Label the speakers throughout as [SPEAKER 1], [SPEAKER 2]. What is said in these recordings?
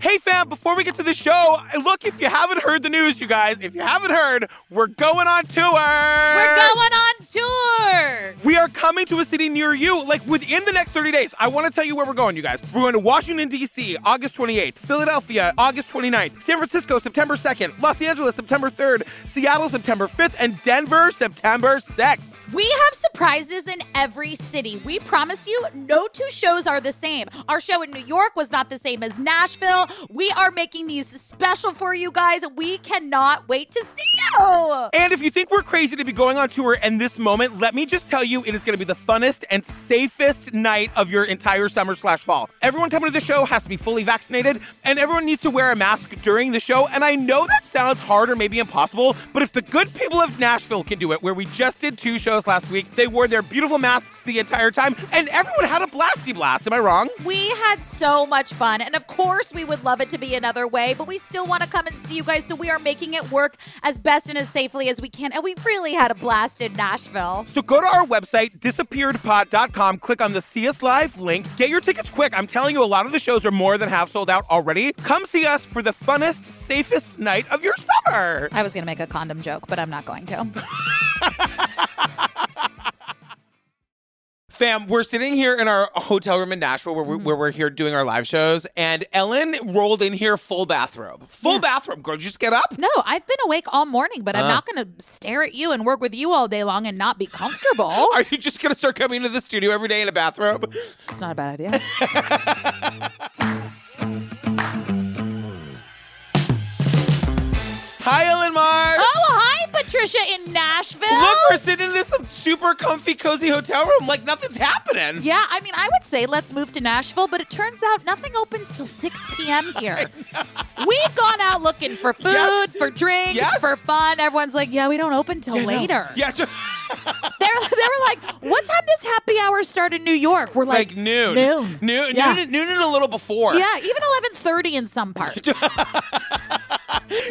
[SPEAKER 1] Hey, fam, before we get to the show, look, if you haven't heard the news, you guys, if you haven't heard, we're going on tour.
[SPEAKER 2] We're going on tour.
[SPEAKER 1] We are coming to a city near you, like within the next 30 days. I want to tell you where we're going, you guys. We're going to Washington, D.C., August 28th, Philadelphia, August 29th, San Francisco, September 2nd, Los Angeles, September 3rd, Seattle, September 5th, and Denver, September 6th.
[SPEAKER 2] We have surprises in every city. We promise you, no two shows are the same. Our show in New York was not the same as Nashville. We are making these special for you guys. We cannot wait to see you.
[SPEAKER 1] And if you think we're crazy to be going on tour in this moment, let me just tell you, it is going to be the funnest and safest night of your entire summer slash fall. Everyone coming to the show has to be fully vaccinated, and everyone needs to wear a mask during the show. And I know that sounds hard or maybe impossible, but if the good people of Nashville can do it, where we just did two shows last week, they wore their beautiful masks the entire time, and everyone had a blasty blast. Am I wrong?
[SPEAKER 2] We had so much fun, and of course, we would love it to be another way, but we still want to come and see you guys, so we are making it work as best and as safely as we can. And we really had a blast in Nashville.
[SPEAKER 1] So go to our website, disappearedpod.com, click on the See Us Live link, get your tickets quick. I'm telling you, a lot of the shows are more than half sold out already. Come see us for the funnest, safest night of your summer.
[SPEAKER 2] I was going to make a condom joke, but I'm not going to.
[SPEAKER 1] Fam, we're sitting here in our hotel room in Nashville where, we, where we're here doing our live shows, and Ellen rolled in here full bathrobe. Full bathrobe, girl. Just get up.
[SPEAKER 2] No, I've been awake all morning, but I'm not going to stare at you and work with you all day long and not be comfortable.
[SPEAKER 1] Are you just gonna start coming to the studio every day in a bathrobe?
[SPEAKER 2] it's not a bad idea.
[SPEAKER 1] Hi, Ellen Mars.
[SPEAKER 2] oh, hi, Patricia in Nashville.
[SPEAKER 1] Look, we're sitting in this super comfy, cozy hotel room like nothing's happening.
[SPEAKER 2] yeah, I mean, I would say let's move to Nashville, but it turns out nothing opens till 6 p.m. here. We've gone out looking for food,
[SPEAKER 1] Yes.
[SPEAKER 2] for drinks,
[SPEAKER 1] Yes.
[SPEAKER 2] for fun. Everyone's like, yeah, we don't open till later.
[SPEAKER 1] Yeah, so-
[SPEAKER 2] They're, they were like, what time does happy hour start in New York? We're like,
[SPEAKER 1] like noon.
[SPEAKER 2] Noon.
[SPEAKER 1] Noon,
[SPEAKER 2] Yeah.
[SPEAKER 1] noon, noon and a little before.
[SPEAKER 2] Yeah, even 11:30 in some parts.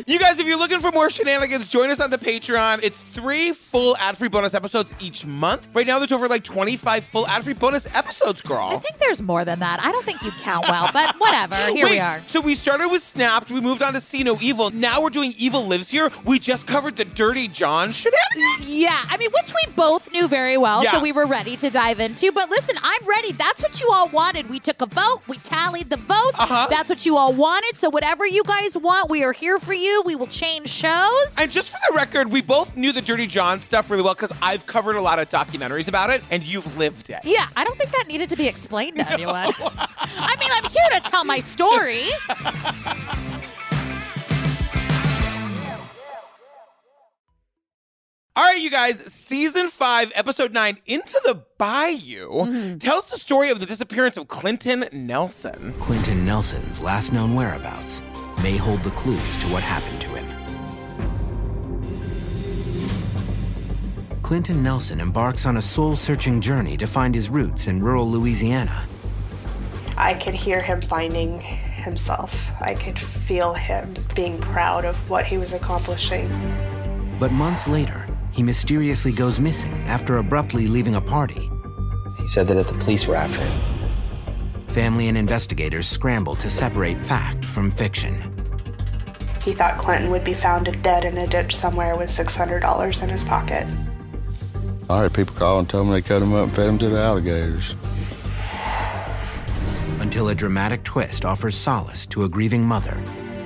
[SPEAKER 1] You guys, if you're looking for more shenanigans, join us on the Patreon. It's three full ad-free bonus episodes each month. Right now, there's over like 25 full ad-free bonus episodes, girl.
[SPEAKER 2] I think there's more than that. I don't think you count well, but whatever. Here we
[SPEAKER 1] Wait,
[SPEAKER 2] are.
[SPEAKER 1] So we started with Snapped, we moved on to See No Evil. Now we're doing Evil Lives Here. We just covered the Dirty John shenanigans.
[SPEAKER 2] Yeah, I mean, which we both knew very well,
[SPEAKER 1] Yeah.
[SPEAKER 2] so we were ready to dive into. But listen, I'm ready. That's what you all wanted. We took a vote, we tallied the votes.
[SPEAKER 1] Uh-huh.
[SPEAKER 2] That's what you all wanted. So, whatever you guys want, we are here for you. We will change shows.
[SPEAKER 1] And just for the record, we both knew the Dirty John stuff really well because I've covered a lot of documentaries about it, and you've lived it.
[SPEAKER 2] yeah, I don't think that needed to be explained to anyone. I mean, I'm here to tell my story.
[SPEAKER 1] All right, you guys, season five, episode nine, Into the Bayou,
[SPEAKER 2] Mm-hmm.
[SPEAKER 1] tells the story of the disappearance of Clinton Nelson.
[SPEAKER 3] Clinton Nelson's last known whereabouts may hold the clues to what happened to him. Clinton Nelson embarks on a soul searching journey to find his roots in rural Louisiana.
[SPEAKER 4] I could hear him finding himself. I could feel him being proud of what he was accomplishing.
[SPEAKER 3] But months later, he mysteriously goes missing after abruptly leaving a party.
[SPEAKER 5] He said that the police were after him.
[SPEAKER 3] Family and investigators scramble to separate fact from fiction.
[SPEAKER 4] He thought Clinton would be found dead in a ditch somewhere with $600 in his pocket.
[SPEAKER 6] I had people call and tell me they cut him up and fed him to the alligators.
[SPEAKER 3] Until a dramatic twist offers solace to a grieving mother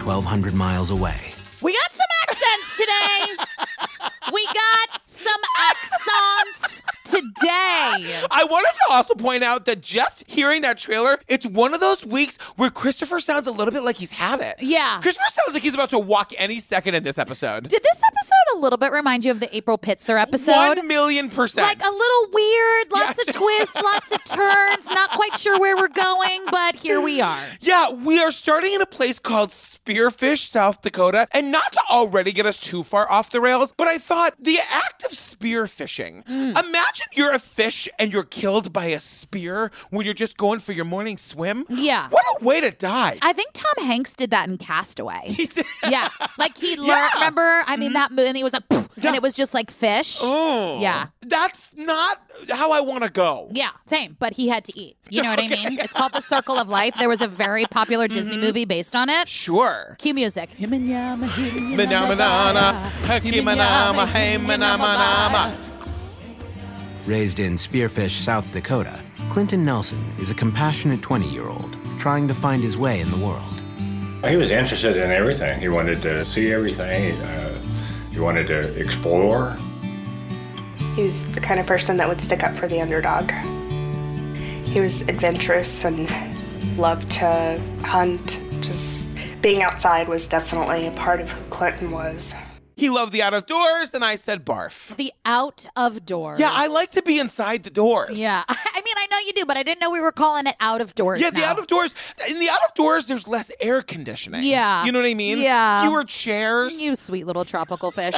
[SPEAKER 3] 1,200 miles away.
[SPEAKER 2] We got some accents today. we got some accents today.
[SPEAKER 1] I wanted to also point out that just hearing that trailer, it's one of those weeks where Christopher sounds a little bit like he's had it.
[SPEAKER 2] Yeah.
[SPEAKER 1] Christopher sounds like he's about to walk any second in this episode.
[SPEAKER 2] Did this episode a little bit remind you of the April Pitzer episode?
[SPEAKER 1] One million percent.
[SPEAKER 2] Like a little weird, lots
[SPEAKER 1] Yeah.
[SPEAKER 2] of twists, lots of turns, not quite sure where we're going, but here we are.
[SPEAKER 1] Yeah, we are starting in a place called Spearfish, South Dakota. And not to already get us too far off the rails, but I thought the act of spearfishing.
[SPEAKER 2] Hmm.
[SPEAKER 1] Imagine you're a fish and you're killed by a spear when you're just going for your morning swim.
[SPEAKER 2] Yeah.
[SPEAKER 1] What a way to die.
[SPEAKER 2] I think Tom Hanks did that in Castaway.
[SPEAKER 1] did.
[SPEAKER 2] Yeah. Mm-hmm. Like he learned,
[SPEAKER 1] Yeah.
[SPEAKER 2] remember? I mean, that movie, and he was like, "Poof, and it was just like fish. Yeah.
[SPEAKER 1] That's not how I want to go.
[SPEAKER 2] Yeah, same, but he had to eat. You know what I mean? It's called The Circle of Life. There was a very popular Disney movie based on it.
[SPEAKER 1] Sure.
[SPEAKER 2] Cue music.
[SPEAKER 1] Manama, hakimanama, heimanama.
[SPEAKER 3] Raised in Spearfish, South Dakota, Clinton Nelson is a compassionate 20 year old trying to find his way in the world.
[SPEAKER 7] He was interested in everything. He wanted to see everything. Uh, he wanted to explore.
[SPEAKER 4] He was the kind of person that would stick up for the underdog. He was adventurous and loved to hunt. Just being outside was definitely a part of who Clinton was.
[SPEAKER 1] He loved the out of doors, and I said barf.
[SPEAKER 2] The out of doors.
[SPEAKER 1] Yeah, I like to be inside the doors.
[SPEAKER 2] Yeah. I mean, I know you do, but I didn't know we were calling it out of doors.
[SPEAKER 1] Yeah, the
[SPEAKER 2] now.
[SPEAKER 1] out of doors. In the out of doors, there's less air conditioning.
[SPEAKER 2] Yeah.
[SPEAKER 1] You know what I mean?
[SPEAKER 2] Yeah.
[SPEAKER 1] Fewer chairs.
[SPEAKER 2] You sweet little tropical fish.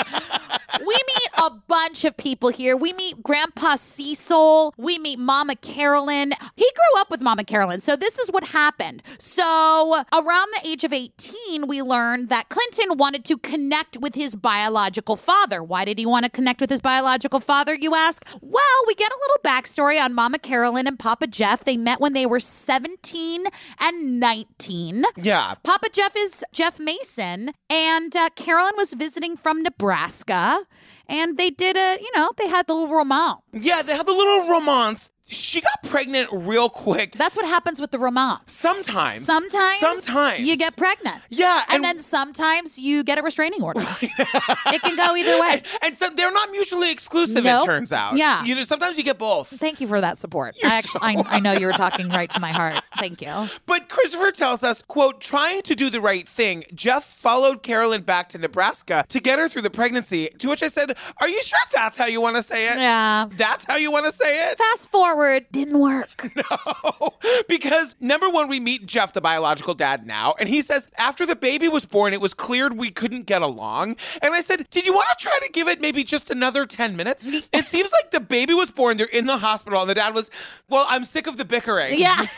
[SPEAKER 2] we meet a bunch of people here. We meet Grandpa Cecil. We meet Mama Carolyn. He grew up with Mama Carolyn. So this is what happened. So around the age of 18, we learned that Clinton wanted to connect with his biological father. Why did he want to connect with his biological father, you ask? Well, we get a little backstory on Mama Carolyn and Papa Jeff. They met when they were 17 and 19.
[SPEAKER 1] yeah.
[SPEAKER 2] Papa Jeff is Jeff Mason, and uh, Carolyn was visiting from Nebraska, and they did a, you know, they had the little romance.
[SPEAKER 1] Yeah, they had the little romance. She got pregnant real quick.
[SPEAKER 2] That's what happens with the romance.
[SPEAKER 1] Sometimes.
[SPEAKER 2] Sometimes.
[SPEAKER 1] Sometimes.
[SPEAKER 2] You get pregnant.
[SPEAKER 1] Yeah,
[SPEAKER 2] And,
[SPEAKER 1] and-
[SPEAKER 2] then sometimes you get a restraining order. it can go either way.
[SPEAKER 1] and so they're not mutually exclusive,
[SPEAKER 2] Nope.
[SPEAKER 1] it turns out.
[SPEAKER 2] Yeah.
[SPEAKER 1] You know, sometimes you get both.
[SPEAKER 2] Thank you for that support. I, actually, I, I know you were talking right to my heart. Thank you.
[SPEAKER 1] But Christopher tells us, quote, trying to do the right thing, Jeff followed Carolyn back to Nebraska to get her through the pregnancy. To which I said, Are you sure that's how you want to say it?
[SPEAKER 2] Yeah.
[SPEAKER 1] That's how you want to say it?
[SPEAKER 2] Fast forward, didn't work.
[SPEAKER 1] No. because number one, we meet Jeff, the biological dad, now, and he says, After the baby was born, it was cleared we couldn't get along. And I said, Did you want to try to give it maybe just another 10 minutes? it seems like the baby was born, they're in the hospital, and the dad was, Well, I'm sick of the bickering.
[SPEAKER 2] Yeah.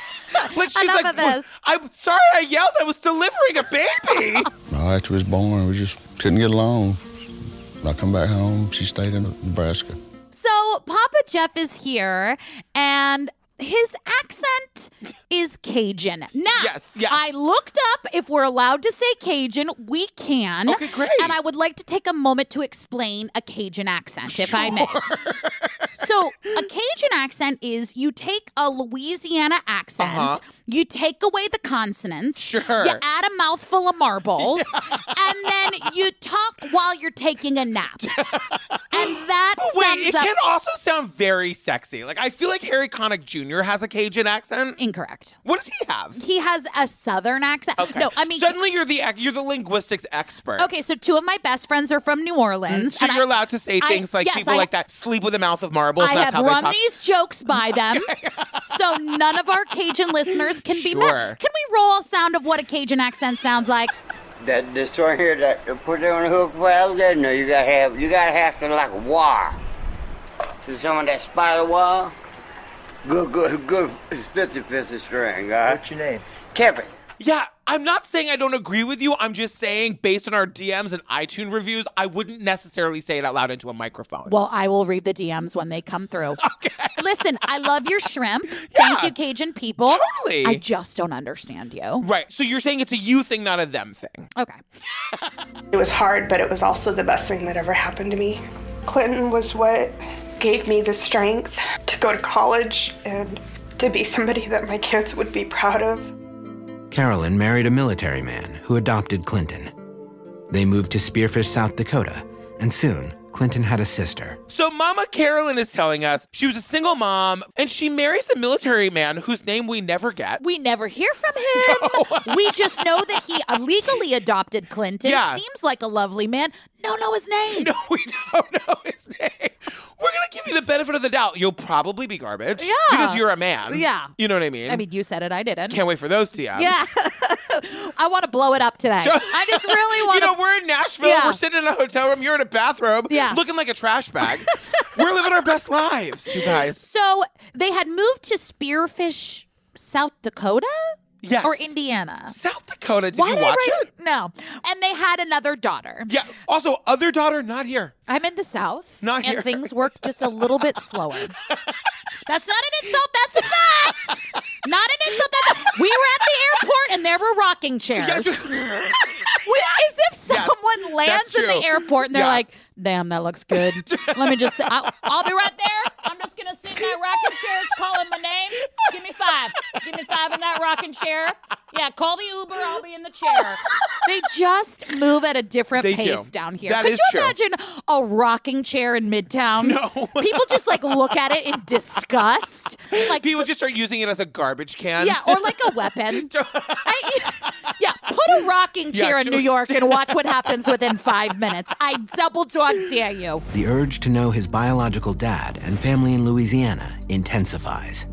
[SPEAKER 1] Like she's
[SPEAKER 2] Enough
[SPEAKER 1] like,
[SPEAKER 2] of this.
[SPEAKER 1] I'm sorry I yelled. I was delivering a baby.
[SPEAKER 6] No, after he was born, we just couldn't get along. I come back home. She stayed in Nebraska.
[SPEAKER 2] So Papa Jeff is here and his accent is Cajun. Now,
[SPEAKER 1] Yes, yes.
[SPEAKER 2] I looked up if we're allowed to say Cajun. We can.
[SPEAKER 1] Okay, great.
[SPEAKER 2] And I would like to take a moment to explain a Cajun accent, if I may. So, a Cajun accent is you take a Louisiana accent, you take away the consonants,
[SPEAKER 1] Uh-huh. Sure.
[SPEAKER 2] you add a mouthful of marbles, and then you talk while you're taking a nap. And that
[SPEAKER 1] Wait,
[SPEAKER 2] sums
[SPEAKER 1] it
[SPEAKER 2] up
[SPEAKER 1] can also sound very sexy. Like I feel like Harry Connick Jr. has a Cajun accent.
[SPEAKER 2] incorrect.
[SPEAKER 1] What does he have?
[SPEAKER 2] He has a southern accent. No, I mean
[SPEAKER 1] suddenly you're the ec- you're the linguistics expert.
[SPEAKER 2] Okay, so two of my best friends are from New Orleans.
[SPEAKER 1] Mm, so
[SPEAKER 2] and
[SPEAKER 1] you're
[SPEAKER 2] I-
[SPEAKER 1] allowed to say
[SPEAKER 2] I-
[SPEAKER 1] things like
[SPEAKER 2] yes,
[SPEAKER 1] people
[SPEAKER 2] I-
[SPEAKER 1] like that sleep with a mouth of marbles.
[SPEAKER 2] I
[SPEAKER 1] and that's
[SPEAKER 2] have
[SPEAKER 1] how they
[SPEAKER 2] run
[SPEAKER 1] talk.
[SPEAKER 2] these jokes by them, so none of our Cajun listeners can be
[SPEAKER 1] Sure.
[SPEAKER 2] mad. Can we roll a sound of what a Cajun accent sounds like?
[SPEAKER 8] That the story here that they put it on the hook for alligator. No, you gotta have you gotta have to like a wire. So some of that spider wire. Good, good, good. Spitzy, fifty string. Uh, What's your name? Kevin.
[SPEAKER 1] Yeah, I'm not saying I don't agree with you. I'm just saying based on our DMs and iTunes reviews, I wouldn't necessarily say it out loud into a microphone.
[SPEAKER 2] Well, I will read the DMs when they come through. Okay. Listen, I love your shrimp. Thank
[SPEAKER 1] Yeah.
[SPEAKER 2] you, Cajun people.
[SPEAKER 1] Totally.
[SPEAKER 2] I just don't understand you.
[SPEAKER 1] right. So you're saying it's a you thing, not a them thing.
[SPEAKER 2] Okay.
[SPEAKER 4] It was hard, but it was also the best thing that ever happened to me. Clinton was what gave me the strength to go to college and to be somebody that my kids would be proud of.
[SPEAKER 3] Carolyn married a military man who adopted Clinton. They moved to Spearfish, South Dakota, and soon Clinton had a sister.
[SPEAKER 1] So Mama Carolyn is telling us she was a single mom and she marries a military man whose name we never get.
[SPEAKER 2] We never hear from him. we just know that he illegally adopted Clinton.
[SPEAKER 1] Yeah.
[SPEAKER 2] Seems like a lovely man. Don't know his name.
[SPEAKER 1] No, we don't know his name. We're gonna give you the benefit of the doubt. You'll probably be garbage. Yeah. Because you're a man.
[SPEAKER 2] Yeah.
[SPEAKER 1] You know what I mean?
[SPEAKER 2] I mean, you said it. I didn't.
[SPEAKER 1] can't wait for those DMs.
[SPEAKER 2] yeah. I want to blow it up today. I just really
[SPEAKER 1] You
[SPEAKER 2] want to.
[SPEAKER 1] know, we're in Nashville.
[SPEAKER 2] Yeah.
[SPEAKER 1] We're sitting in a hotel room. You're in a bathrobe.
[SPEAKER 2] Yeah.
[SPEAKER 1] Looking like a trash bag. we're living our best lives, you guys.
[SPEAKER 2] so they had moved to Spearfish, South Dakota?
[SPEAKER 1] Yes.
[SPEAKER 2] or Indiana.
[SPEAKER 1] South Dakota. Did
[SPEAKER 2] Why
[SPEAKER 1] you
[SPEAKER 2] did
[SPEAKER 1] watch
[SPEAKER 2] I write
[SPEAKER 1] it?
[SPEAKER 2] No. And they had another daughter.
[SPEAKER 1] Yeah. Also, other daughter not here.
[SPEAKER 2] I'm in the South.
[SPEAKER 1] Not
[SPEAKER 2] and
[SPEAKER 1] here.
[SPEAKER 2] things work just a little bit slower. That's not an insult, that's a fact.
[SPEAKER 9] Not an insult. That's we were at the airport and there were rocking chairs.
[SPEAKER 1] Yeah, just-
[SPEAKER 2] We- As if someone lands
[SPEAKER 1] that's
[SPEAKER 2] in the
[SPEAKER 1] true.
[SPEAKER 2] airport and they're
[SPEAKER 1] Yeah.
[SPEAKER 2] like,
[SPEAKER 9] like, damn, that looks good. Let me just sit. I'll, I'll be right there. I'm just going to sit in that rocking chair. It's calling my name. Give me five. Give me five in that rocking chair. Yeah, call the Uber. I'll be in the chair.
[SPEAKER 2] they just move at a different
[SPEAKER 1] They do.
[SPEAKER 2] pace down here.
[SPEAKER 1] That
[SPEAKER 2] Could
[SPEAKER 1] is
[SPEAKER 2] you
[SPEAKER 1] true.
[SPEAKER 2] imagine a rocking chair in Midtown? No. People just like look at it in disgust. Like
[SPEAKER 1] People just start using it as a garbage can.
[SPEAKER 2] Yeah, or like a weapon. I, yeah, put a rocking
[SPEAKER 1] Yeah,
[SPEAKER 2] chair in
[SPEAKER 1] do-
[SPEAKER 2] New York and watch what happens within five minutes. I double dog dare you.
[SPEAKER 3] The urge to know his biological dad and family in Louisiana intensifies.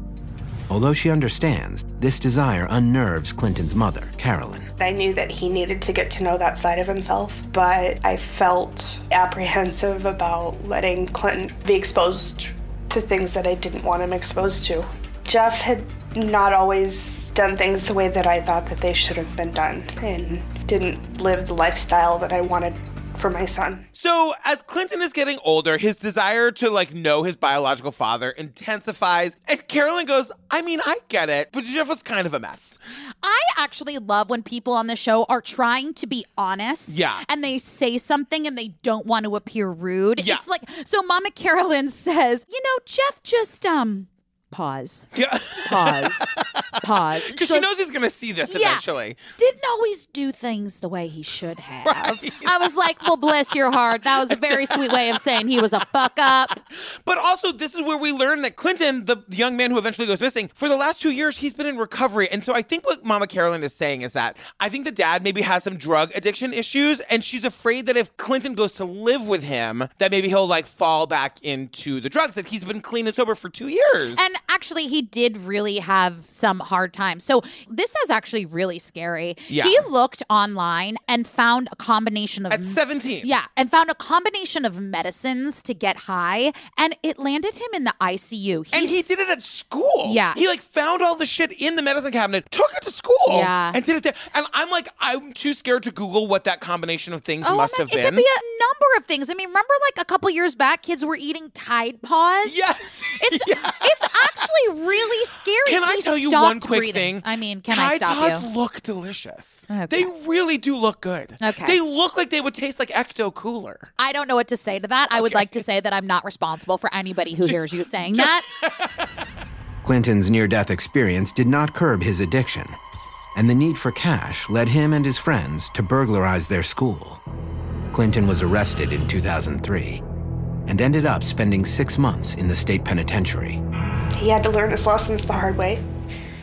[SPEAKER 3] Although she understands, this desire unnerves Clinton's mother, Carolyn.
[SPEAKER 4] I knew that he needed to get to know that side of himself, but I felt apprehensive about letting Clinton be exposed to things that I didn't want him exposed to. Jeff had not always done things the way that I thought that they should have been done and didn't live the lifestyle that I wanted for my son.
[SPEAKER 1] So as Clinton is getting older, his desire to like know his biological father intensifies, and Carolyn goes, "I mean, I get it, but Jeff was kind of a mess."
[SPEAKER 2] I actually love when people on the show are trying to be honest.
[SPEAKER 1] Yeah.
[SPEAKER 2] And they say something and they don't want to appear rude.
[SPEAKER 1] Yeah.
[SPEAKER 2] It's like so Mama Carolyn says, you know, Jeff just um pause.
[SPEAKER 1] Yeah,
[SPEAKER 2] Pause. pause.
[SPEAKER 1] because she knows he's gonna see this
[SPEAKER 2] Yeah.
[SPEAKER 1] eventually.
[SPEAKER 2] didn't always do things the way he should have. I was like, well, bless your heart. That was a very sweet way of saying he was a fuck up.
[SPEAKER 1] But also, this is where we learn that Clinton, the young man who eventually goes missing, for the last two years, he's been in recovery. And so I think what Mama Carolyn is saying is that I think the dad maybe has some drug addiction issues, and she's afraid that if Clinton goes to live with him, that maybe he'll like fall back into the drugs, that he's been clean and sober for two years.
[SPEAKER 2] And actually, he did really have some hard times. So this is actually really scary.
[SPEAKER 1] Yeah.
[SPEAKER 2] He looked online and found a combination of
[SPEAKER 1] at 17.
[SPEAKER 2] Yeah, and found a combination of medicines to get high, and it landed him in the ICU.
[SPEAKER 1] And he
[SPEAKER 2] He's-
[SPEAKER 1] did it at school.
[SPEAKER 2] Yeah.
[SPEAKER 1] He like found all the shit in the medicine cabinet, took it to school,
[SPEAKER 2] Yeah.
[SPEAKER 1] and did it there. And I'm like, I'm too scared to Google what that combination of things
[SPEAKER 2] Oh,
[SPEAKER 1] must
[SPEAKER 2] I'm
[SPEAKER 1] have
[SPEAKER 2] like,
[SPEAKER 1] been.
[SPEAKER 2] It could be a number of things. I mean, remember like a couple years back, kids were eating Tide Pods?
[SPEAKER 1] Yes.
[SPEAKER 2] It's
[SPEAKER 1] Yeah.
[SPEAKER 2] it's actually really scary.
[SPEAKER 1] Can I
[SPEAKER 2] He
[SPEAKER 1] tell you
[SPEAKER 2] stopped
[SPEAKER 1] one quick
[SPEAKER 2] breathing.
[SPEAKER 1] thing?
[SPEAKER 2] I mean, can
[SPEAKER 1] Tide
[SPEAKER 2] I stop
[SPEAKER 1] Pods
[SPEAKER 2] you?
[SPEAKER 1] look delicious.
[SPEAKER 2] Okay.
[SPEAKER 1] They really do look good.
[SPEAKER 2] Okay.
[SPEAKER 1] They look like they would taste like Ecto Cooler.
[SPEAKER 2] I don't know what to say to that. I would like to say that I'm not responsible for anybody who hears you saying that.
[SPEAKER 3] Clinton's near death experience did not curb his addiction, and the need for cash led him and his friends to burglarize their school. Clinton was arrested in 2003 and ended up spending six months in the state penitentiary.
[SPEAKER 4] He had to learn his lessons the hard way.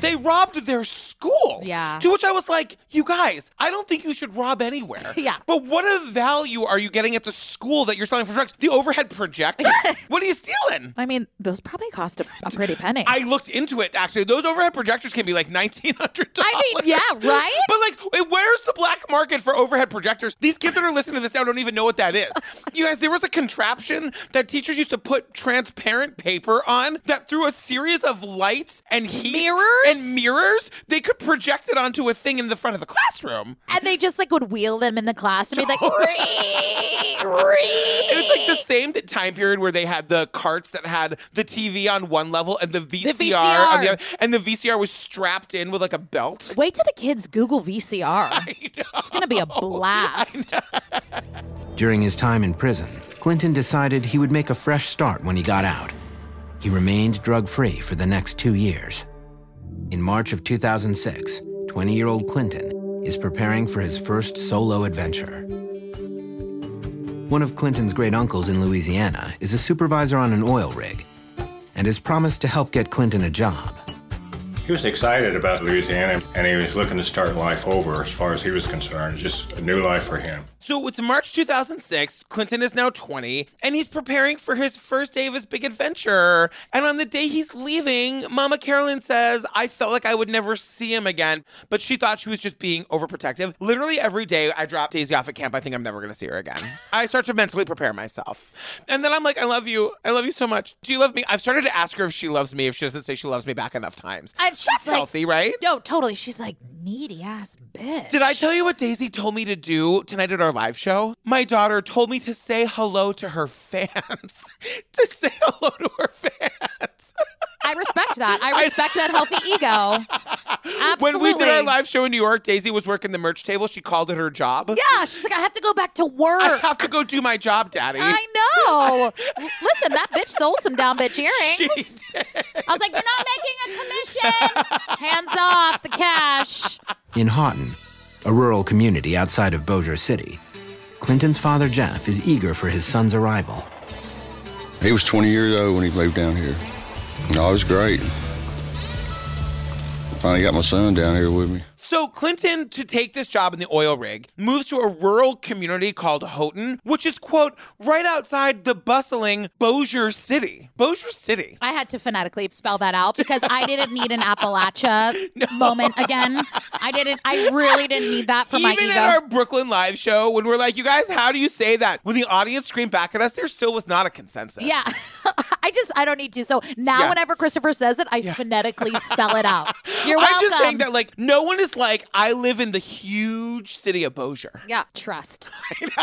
[SPEAKER 1] They robbed their school.
[SPEAKER 2] Yeah.
[SPEAKER 1] To which I was like, you guys, I don't think you should rob anywhere.
[SPEAKER 2] Yeah.
[SPEAKER 1] But what a value are you getting at the school that you're selling for drugs? The overhead projector? what are you stealing?
[SPEAKER 2] I mean, those probably cost a, a pretty penny.
[SPEAKER 1] I looked into it actually. Those overhead projectors can be like nineteen hundred dollars.
[SPEAKER 2] I mean, yeah, right?
[SPEAKER 1] But like, wait, where's the black market for overhead projectors? These kids that are listening to this now don't even know what that is. You guys, there was a contraption that teachers used to put transparent paper on that through a series of lights and heat
[SPEAKER 2] Mirrors?
[SPEAKER 1] and mirrors, they could project it onto a thing in the front of the classroom.
[SPEAKER 2] and they just like would wheel them in the class and be like,
[SPEAKER 1] It was like the same that time period where they had the carts that had the TV on one level and the VCR, on the
[SPEAKER 2] VCR.
[SPEAKER 1] other, and the VCR was strapped in with like a belt.
[SPEAKER 2] wait till the kids Google VCR. It's going to be a blast.
[SPEAKER 3] During his time in prison, Clinton decided he would make a fresh start when he got out. He remained drug free for the next two years. In March of 2006, 20 year old Clinton is preparing for his first solo adventure. One of Clinton's great uncles in Louisiana is a supervisor on an oil rig and has promised to help get Clinton a job.
[SPEAKER 7] He was excited about Louisiana and he was looking to start life over as far as he was concerned, just a new life for him.
[SPEAKER 1] So it's March 2006. Clinton is now 20, and he's preparing for his first day of his big adventure. And on the day he's leaving, Mama Carolyn says, I felt like I would never see him again, but she thought she was just being overprotective. Literally every day I drop Daisy off at camp, I think I'm never gonna see her again. I start to mentally prepare myself. And then I'm like, I love you. I love you so much. Do you love me? I've started to ask her if she loves me, if she doesn't say she loves me back enough times.
[SPEAKER 2] I've And she's like,
[SPEAKER 1] Healthy, right?
[SPEAKER 2] no, totally. She's like, needy ass bitch.
[SPEAKER 1] Did I tell you what Daisy told me to do tonight at our live show? My daughter told me to say hello to her fans. to say hello to her fans.
[SPEAKER 2] I respect that. I respect that healthy ego. Absolutely.
[SPEAKER 1] When we did our live show in New York, Daisy was working the merch table. She called it her job.
[SPEAKER 2] Yeah, she's like, I have to go back to work.
[SPEAKER 1] I have to go do my job, Daddy.
[SPEAKER 2] I know. L- Listen, that bitch sold some down bitch
[SPEAKER 1] She
[SPEAKER 2] earrings. I was like, you're not making a commission. Hands off the cash.
[SPEAKER 3] In Houghton, a rural community outside of Bossier City, Clinton's father Jeff is eager for his son's arrival.
[SPEAKER 6] He was 20 years old when he moved down here. No, it was great. Finally got my son down here with me.
[SPEAKER 1] So Clinton, to take this job in the oil rig, moves to a rural community called Houghton, which is, quote, right outside the bustling Bossier City. Bossier City.
[SPEAKER 2] I had to phonetically spell that out because I didn't need an Appalachia moment again. I didn't. I really didn't need that for my
[SPEAKER 1] Even
[SPEAKER 2] ego.
[SPEAKER 1] at our Brooklyn live show, when we're like, you guys, how do you say that? When the audience screamed back at us, there still was not a consensus.
[SPEAKER 2] yeah. I just I don't need to. So now
[SPEAKER 1] Yeah.
[SPEAKER 2] whenever Christopher says it, I phonetically spell it out. You're welcome.
[SPEAKER 1] I'm just saying that, like, no one is like, I live in the huge city of Bossier.
[SPEAKER 2] Yeah, trust.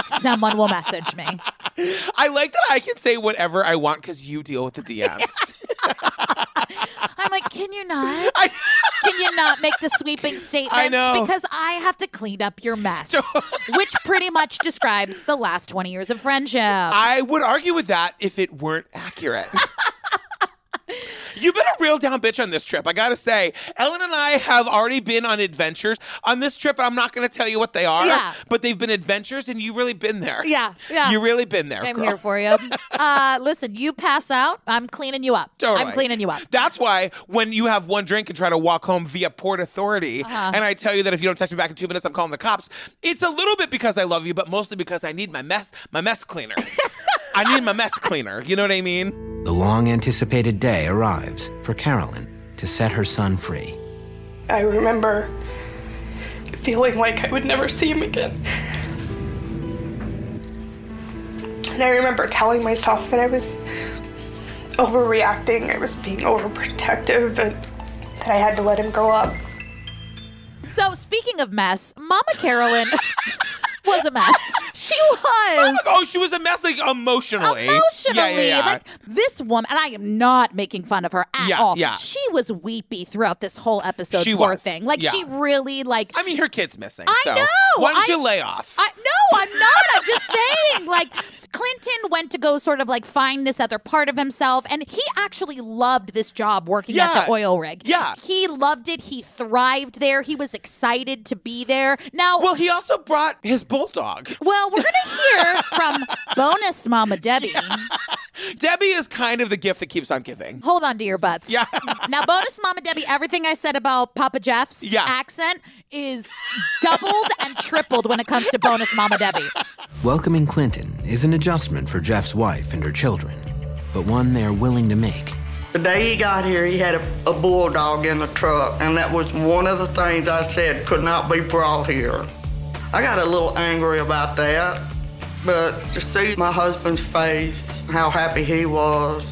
[SPEAKER 2] Someone will message me.
[SPEAKER 1] I like that I can say whatever I want because you deal with the DMs.
[SPEAKER 2] I'm like, can you not?
[SPEAKER 1] I-
[SPEAKER 2] Can you not make the sweeping statements?
[SPEAKER 1] I know.
[SPEAKER 2] Because I have to clean up your mess, which pretty much describes the last 20 years of friendship.
[SPEAKER 1] I would argue with that if it weren't accurate. You've been a real down bitch on this trip, I gotta say. Ellen and I have already been on adventures on this trip. I'm not gonna tell you what they are,
[SPEAKER 2] Yeah.
[SPEAKER 1] but they've been adventures, and you really been there.
[SPEAKER 2] Yeah, yeah.
[SPEAKER 1] you really been there.
[SPEAKER 2] I'm
[SPEAKER 1] girl.
[SPEAKER 2] here for you. Uh, listen, you pass out, I'm cleaning you up.
[SPEAKER 1] Totally.
[SPEAKER 2] I'm cleaning you up.
[SPEAKER 1] That's why when you have one drink and try to walk home via Port Authority,
[SPEAKER 2] Uh-huh.
[SPEAKER 1] and I tell you that if you don't text me back in two minutes, I'm calling the cops. It's a little bit because I love you, but mostly because I need my mess, my mess cleaner. I need my mess cleaner. You know what I mean?
[SPEAKER 3] The long anticipated day arrives for Carolyn to set her son free.
[SPEAKER 4] I remember feeling like I would never see him again. And I remember telling myself that I was overreacting, I was being overprotective, and that I had to let him grow up.
[SPEAKER 2] So, speaking of mess, Mama Carolyn was a mess. She was.
[SPEAKER 1] Like, oh, she was a mess, like emotionally.
[SPEAKER 2] Emotionally,
[SPEAKER 1] Yeah, yeah, yeah.
[SPEAKER 2] like this woman, and I am not making fun of her at
[SPEAKER 1] Yeah,
[SPEAKER 2] all.
[SPEAKER 1] yeah.
[SPEAKER 2] She was weepy throughout this whole episode.
[SPEAKER 1] She
[SPEAKER 2] poor
[SPEAKER 1] was,
[SPEAKER 2] thing. Like
[SPEAKER 1] yeah.
[SPEAKER 2] she really like.
[SPEAKER 1] I mean, her kid's missing.
[SPEAKER 2] I
[SPEAKER 1] so
[SPEAKER 2] know,
[SPEAKER 1] Why don't
[SPEAKER 2] I-
[SPEAKER 1] you lay off?
[SPEAKER 2] I, no, I'm not. I'm just saying. Like, Clinton went to go sort of like find this other part of himself, and he actually loved this job working
[SPEAKER 1] Yeah.
[SPEAKER 2] at the oil rig.
[SPEAKER 1] Yeah.
[SPEAKER 2] He loved it. He thrived there. He was excited to be there. Now,
[SPEAKER 1] well, he also brought his bulldog.
[SPEAKER 2] well, we're going to hear from bonus Mama Debbie.
[SPEAKER 1] Debbie is kind of the gift that keeps on giving.
[SPEAKER 2] Hold on to your butts.
[SPEAKER 1] Yeah.
[SPEAKER 2] Now, bonus Mama Debbie, everything I said about Papa Jeff's
[SPEAKER 1] Yeah.
[SPEAKER 2] accent is doubled and tripled when it comes to bonus Mama Debbie.
[SPEAKER 3] Welcoming Clinton is an adjustment for Jeff's wife and her children, but one they are willing to make.
[SPEAKER 10] The day he got here, he had a, a bulldog in the truck, and that was one of the things I said could not be brought here. I got a little angry about that, but to see my husband's face, how happy he was,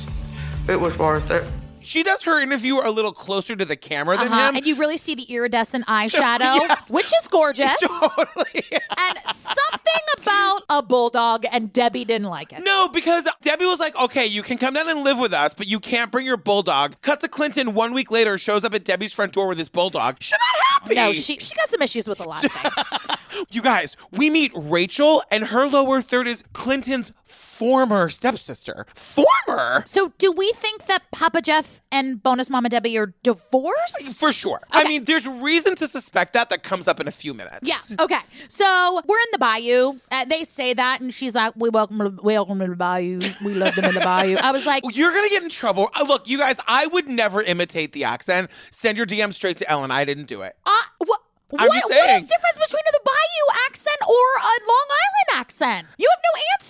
[SPEAKER 10] it was worth it.
[SPEAKER 1] She does her interview a little closer to the camera than
[SPEAKER 2] Uh-huh.
[SPEAKER 1] him.
[SPEAKER 2] And you really see the iridescent eyeshadow, which is gorgeous. and something about a bulldog, and Debbie didn't like it.
[SPEAKER 1] No, because Debbie was like, okay, you can come down and live with us, but you can't bring your bulldog. Cut to Clinton one week later, shows up at Debbie's front door with his bulldog. She's not happy.
[SPEAKER 2] No, she, she got some issues with a lot of things.
[SPEAKER 1] You guys, we meet Rachel, and her lower third is Clinton's former stepsister. Former?
[SPEAKER 2] so, do we think that Papa Jeff and Bonus Mama Debbie are divorced?
[SPEAKER 1] For sure. I mean, there's reason to suspect that that comes up in a few minutes.
[SPEAKER 2] Yeah. Okay. So we're in the bayou. Uh, they say that, and she's like, "We welcome, we welcome to the bayou. We love them in the bayou." I was like,
[SPEAKER 1] You're gonna get in trouble. Uh, Look, you guys, I would never imitate the accent. Send your DM straight to Ellen. I didn't do it.
[SPEAKER 2] uh, wha-
[SPEAKER 1] I'm
[SPEAKER 2] what,
[SPEAKER 1] just
[SPEAKER 2] what
[SPEAKER 1] saying.
[SPEAKER 2] is the difference between the bayou accent or a Long Island accent? You have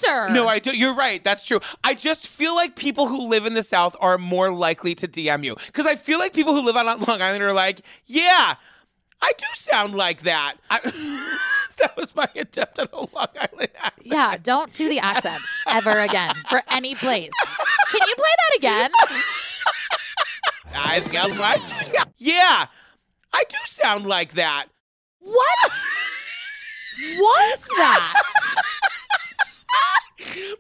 [SPEAKER 2] no answer.
[SPEAKER 1] No, I do. You're right. That's true. I just feel like people who live in the South are more likely to DM you because I feel like people who live on Long Island are like, yeah, I do sound like that. I- that was my attempt at a Long Island accent.
[SPEAKER 2] Yeah, don't do the accents ever again for any place. Can you play that again?
[SPEAKER 1] I sound like yeah, I do sound like that.
[SPEAKER 2] What? was that?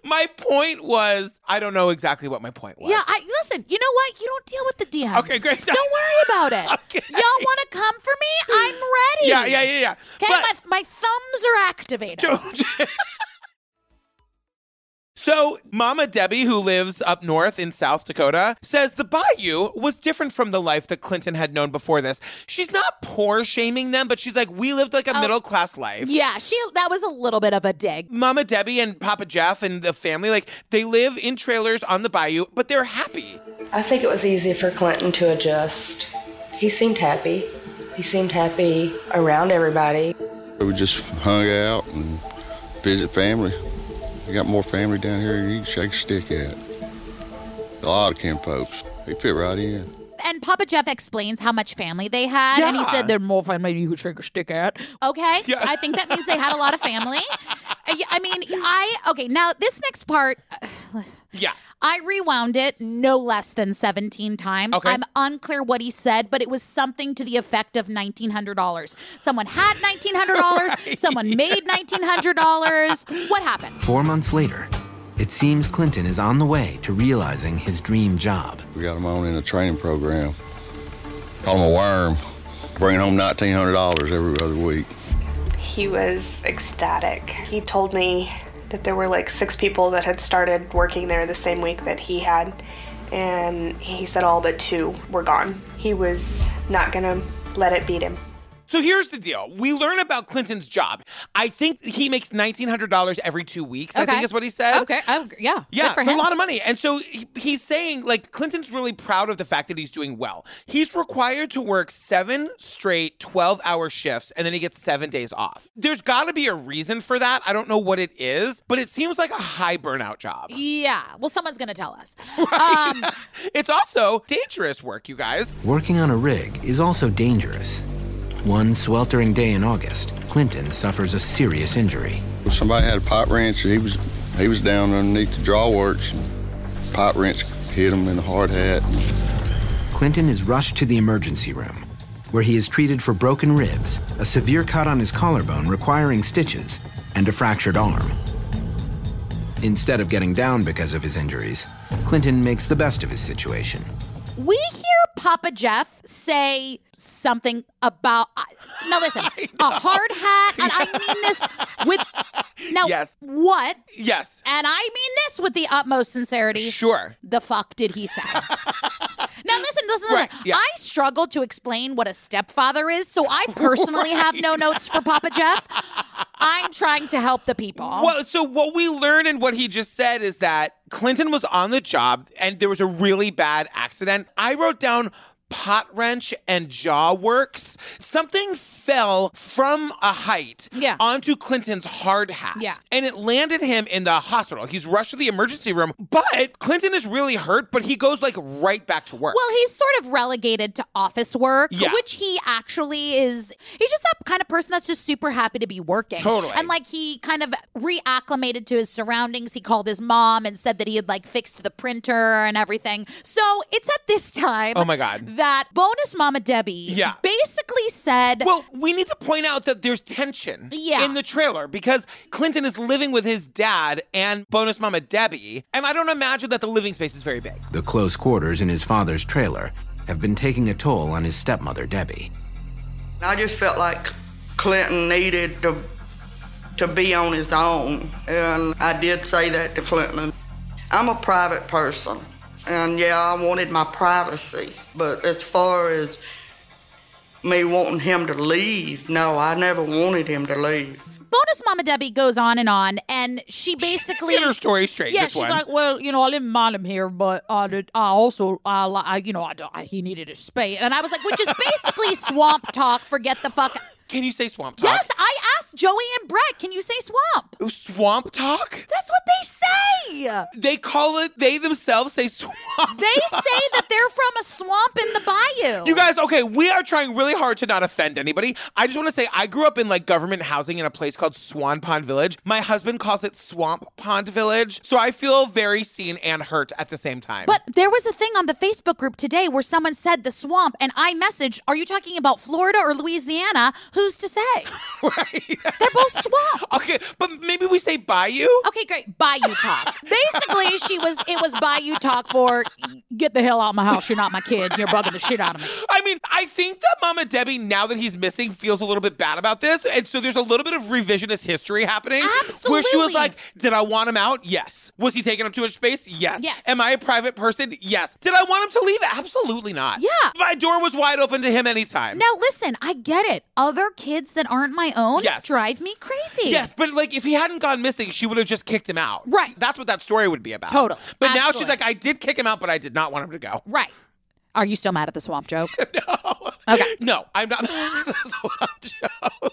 [SPEAKER 1] My point was, I don't know exactly what my point was.
[SPEAKER 2] Yeah, I listen. You know what? You don't deal with the DMs.
[SPEAKER 1] Okay, great.
[SPEAKER 2] Don't worry about it. Y'all want to come for me? I'm ready.
[SPEAKER 1] Yeah, yeah, yeah, yeah.
[SPEAKER 2] Okay, my, my thumbs are activated.
[SPEAKER 1] So, Mama Debbie, who lives up north in South Dakota, says the bayou was different from the life that Clinton had known before this. She's not poor shaming them, but she's like, we lived like a
[SPEAKER 2] Oh.
[SPEAKER 1] middle class life.
[SPEAKER 2] Yeah, she that was a little bit of a dig.
[SPEAKER 1] Mama Debbie and Papa Jeff and the family, like, they live in trailers on the bayou, but they're happy.
[SPEAKER 4] I think it was easy for Clinton to adjust. He seemed happy. He seemed happy around everybody.
[SPEAKER 6] We would just hung out and visit family. We got more family down here than you can shake a stick at. A lot of kin folks. They fit right in.
[SPEAKER 2] And Papa Jeff explains how much family they had, and he
[SPEAKER 6] Yeah.
[SPEAKER 2] said they're more family than you could shake a stick at. Okay,
[SPEAKER 9] Yeah.
[SPEAKER 2] I think that means they had a lot of family. I I mean, I okay. Now this next part, uh,
[SPEAKER 1] Yeah.
[SPEAKER 2] I rewound it no less than 17 times.
[SPEAKER 1] Okay.
[SPEAKER 2] I'm unclear what he said, but it was something to the effect of $1,900. Someone had $1,900, someone made $1,900. What happened?
[SPEAKER 3] Four months later, it seems Clinton is on the way to realizing his dream job.
[SPEAKER 6] We got them on in a training program. Call them a worm. Bringing home $1,900 every other week.
[SPEAKER 4] He was ecstatic. He told me that there were like six people that had started working there the same week that he had, and he said all but two were gone. He was not gonna let it beat him.
[SPEAKER 1] So here's the deal. We learn about Clinton's job. I think he makes $1,900 every two weeks, I think is what he said.
[SPEAKER 2] Okay. Oh, yeah.
[SPEAKER 1] Yeah,
[SPEAKER 2] Good for
[SPEAKER 1] it's
[SPEAKER 2] him.
[SPEAKER 1] a lot of money. And so he, he's saying, like, Clinton's really proud of the fact that he's doing well. He's required to work seven straight 12 hour shifts and then he gets seven days off. There's got to be a reason for that. I don't know what it is, but it seems like a high burnout job.
[SPEAKER 2] Yeah. Well, someone's going to tell us.
[SPEAKER 1] It's also dangerous work, you guys.
[SPEAKER 3] Working on a rig is also dangerous. One sweltering day in August, Clinton suffers a serious injury.
[SPEAKER 6] Somebody had a pipe wrench. He was he was down underneath the drawworks. Pipe wrench hit him in the hard hat.
[SPEAKER 3] Clinton is rushed to the emergency room, where he is treated for broken ribs, a severe cut on his collarbone requiring stitches, and a fractured arm. Instead of getting down because of his injuries, Clinton makes the best of his situation.
[SPEAKER 2] We hear Papa Jeff say something about. I- Now, listen, a hard hat, and I mean this with. Now,
[SPEAKER 1] Yes.
[SPEAKER 2] what?
[SPEAKER 1] Yes.
[SPEAKER 2] And I mean this with the utmost sincerity.
[SPEAKER 1] Sure.
[SPEAKER 2] The fuck did he say? now, listen, listen, listen. I struggle to explain what a stepfather is, so I personally have no notes for Papa Jeff. I'm trying to help the people.
[SPEAKER 1] Well, so what we learn and what he just said is that Clinton was on the job and there was a really bad accident. I wrote down pot wrench and jaw works. Something fell from a height
[SPEAKER 2] Yeah.
[SPEAKER 1] onto Clinton's hard hat.
[SPEAKER 2] Yeah.
[SPEAKER 1] And it landed him in the hospital. He's rushed to the emergency room, but Clinton is really hurt, but he goes like right back to work.
[SPEAKER 2] Well, he's sort of relegated to office work,
[SPEAKER 1] Yeah.
[SPEAKER 2] which he actually is. He's just that kind of person that's just super happy to be working.
[SPEAKER 1] Totally.
[SPEAKER 2] And like he kind of reacclimated to his surroundings. He called his mom and said that he had like fixed the printer and everything. So it's at this time.
[SPEAKER 1] Oh my God.
[SPEAKER 2] That bonus mama Debbie
[SPEAKER 1] Yeah.
[SPEAKER 2] basically said.
[SPEAKER 1] Well, we need to point out that there's tension
[SPEAKER 2] Yeah.
[SPEAKER 1] in the trailer because Clinton is living with his dad and bonus mama Debbie. And I don't imagine that the living space is very big.
[SPEAKER 3] The close quarters in his father's trailer have been taking a toll on his stepmother, Debbie.
[SPEAKER 10] I just felt like Clinton needed to to be on his own, and I did say that to Clinton. I'm a private person, and yeah, I wanted my privacy, but as far as me wanting him to leave, no, I never wanted him to leave.
[SPEAKER 2] bonus mama Debbie goes on and on, and she basically
[SPEAKER 10] her story straight,
[SPEAKER 2] Yeah,
[SPEAKER 10] this
[SPEAKER 2] she's
[SPEAKER 10] one.
[SPEAKER 2] like, well, you know, I live in Monham here, but uh, did- I also, I, li- I you know, I, don't- I- he needed a spade, and I was like, which is basically swamp talk. Forget the fuck.
[SPEAKER 1] Can you say swamp talk? Oh,
[SPEAKER 2] Yes, I asked Joey and Brett, can you say swamp?
[SPEAKER 1] Swamp talk?
[SPEAKER 2] That's what they say.
[SPEAKER 1] They call it, they themselves say swamp
[SPEAKER 2] They say that they're from a swamp in the bayou.
[SPEAKER 1] You guys, okay, we are trying really hard to not offend anybody. I just want to say I grew up in like government housing in a place called Swan Pond Village. My husband calls it Swamp Pond Village. So I feel very seen and hurt at the same time.
[SPEAKER 2] But there was a thing on the Facebook group today where someone said the swamp, and I messaged, Are you talking about Florida or Louisiana? Who's to say? They're both swamps.
[SPEAKER 1] okay, but maybe we say bayou?
[SPEAKER 2] Okay, great. Bayou talk. Basically, she was it was Bayou talk for get the hell out of my house. You're not my kid. You're bugging the shit out of me.
[SPEAKER 1] I mean, I think that Mama Debbie, now that he's missing, feels a little bit bad about this. And so there's a little bit of revisionist history happening. Where she was
[SPEAKER 2] Absolutely.
[SPEAKER 1] like, Did I want him out? Yes. Was he taking up too much space? Yes.
[SPEAKER 2] Yes.
[SPEAKER 1] Am I a private person? Yes. Did I want him to leave? Absolutely not.
[SPEAKER 2] Yeah.
[SPEAKER 1] My door was wide open to him anytime.
[SPEAKER 2] Now listen, I get it. Other kids that aren't my own
[SPEAKER 1] Yes.
[SPEAKER 2] drive me crazy.
[SPEAKER 1] Yes, but like if he hadn't gone missing, she would have just kicked him out.
[SPEAKER 2] Right.
[SPEAKER 1] That's what that story would be about.
[SPEAKER 2] Total.
[SPEAKER 1] But now
[SPEAKER 2] Absolutely.
[SPEAKER 1] she's like, I did kick him out, but I did not want him to go.
[SPEAKER 2] Right. Are you still mad at the swamp joke?
[SPEAKER 1] No, I'm not. That's what I'm joke.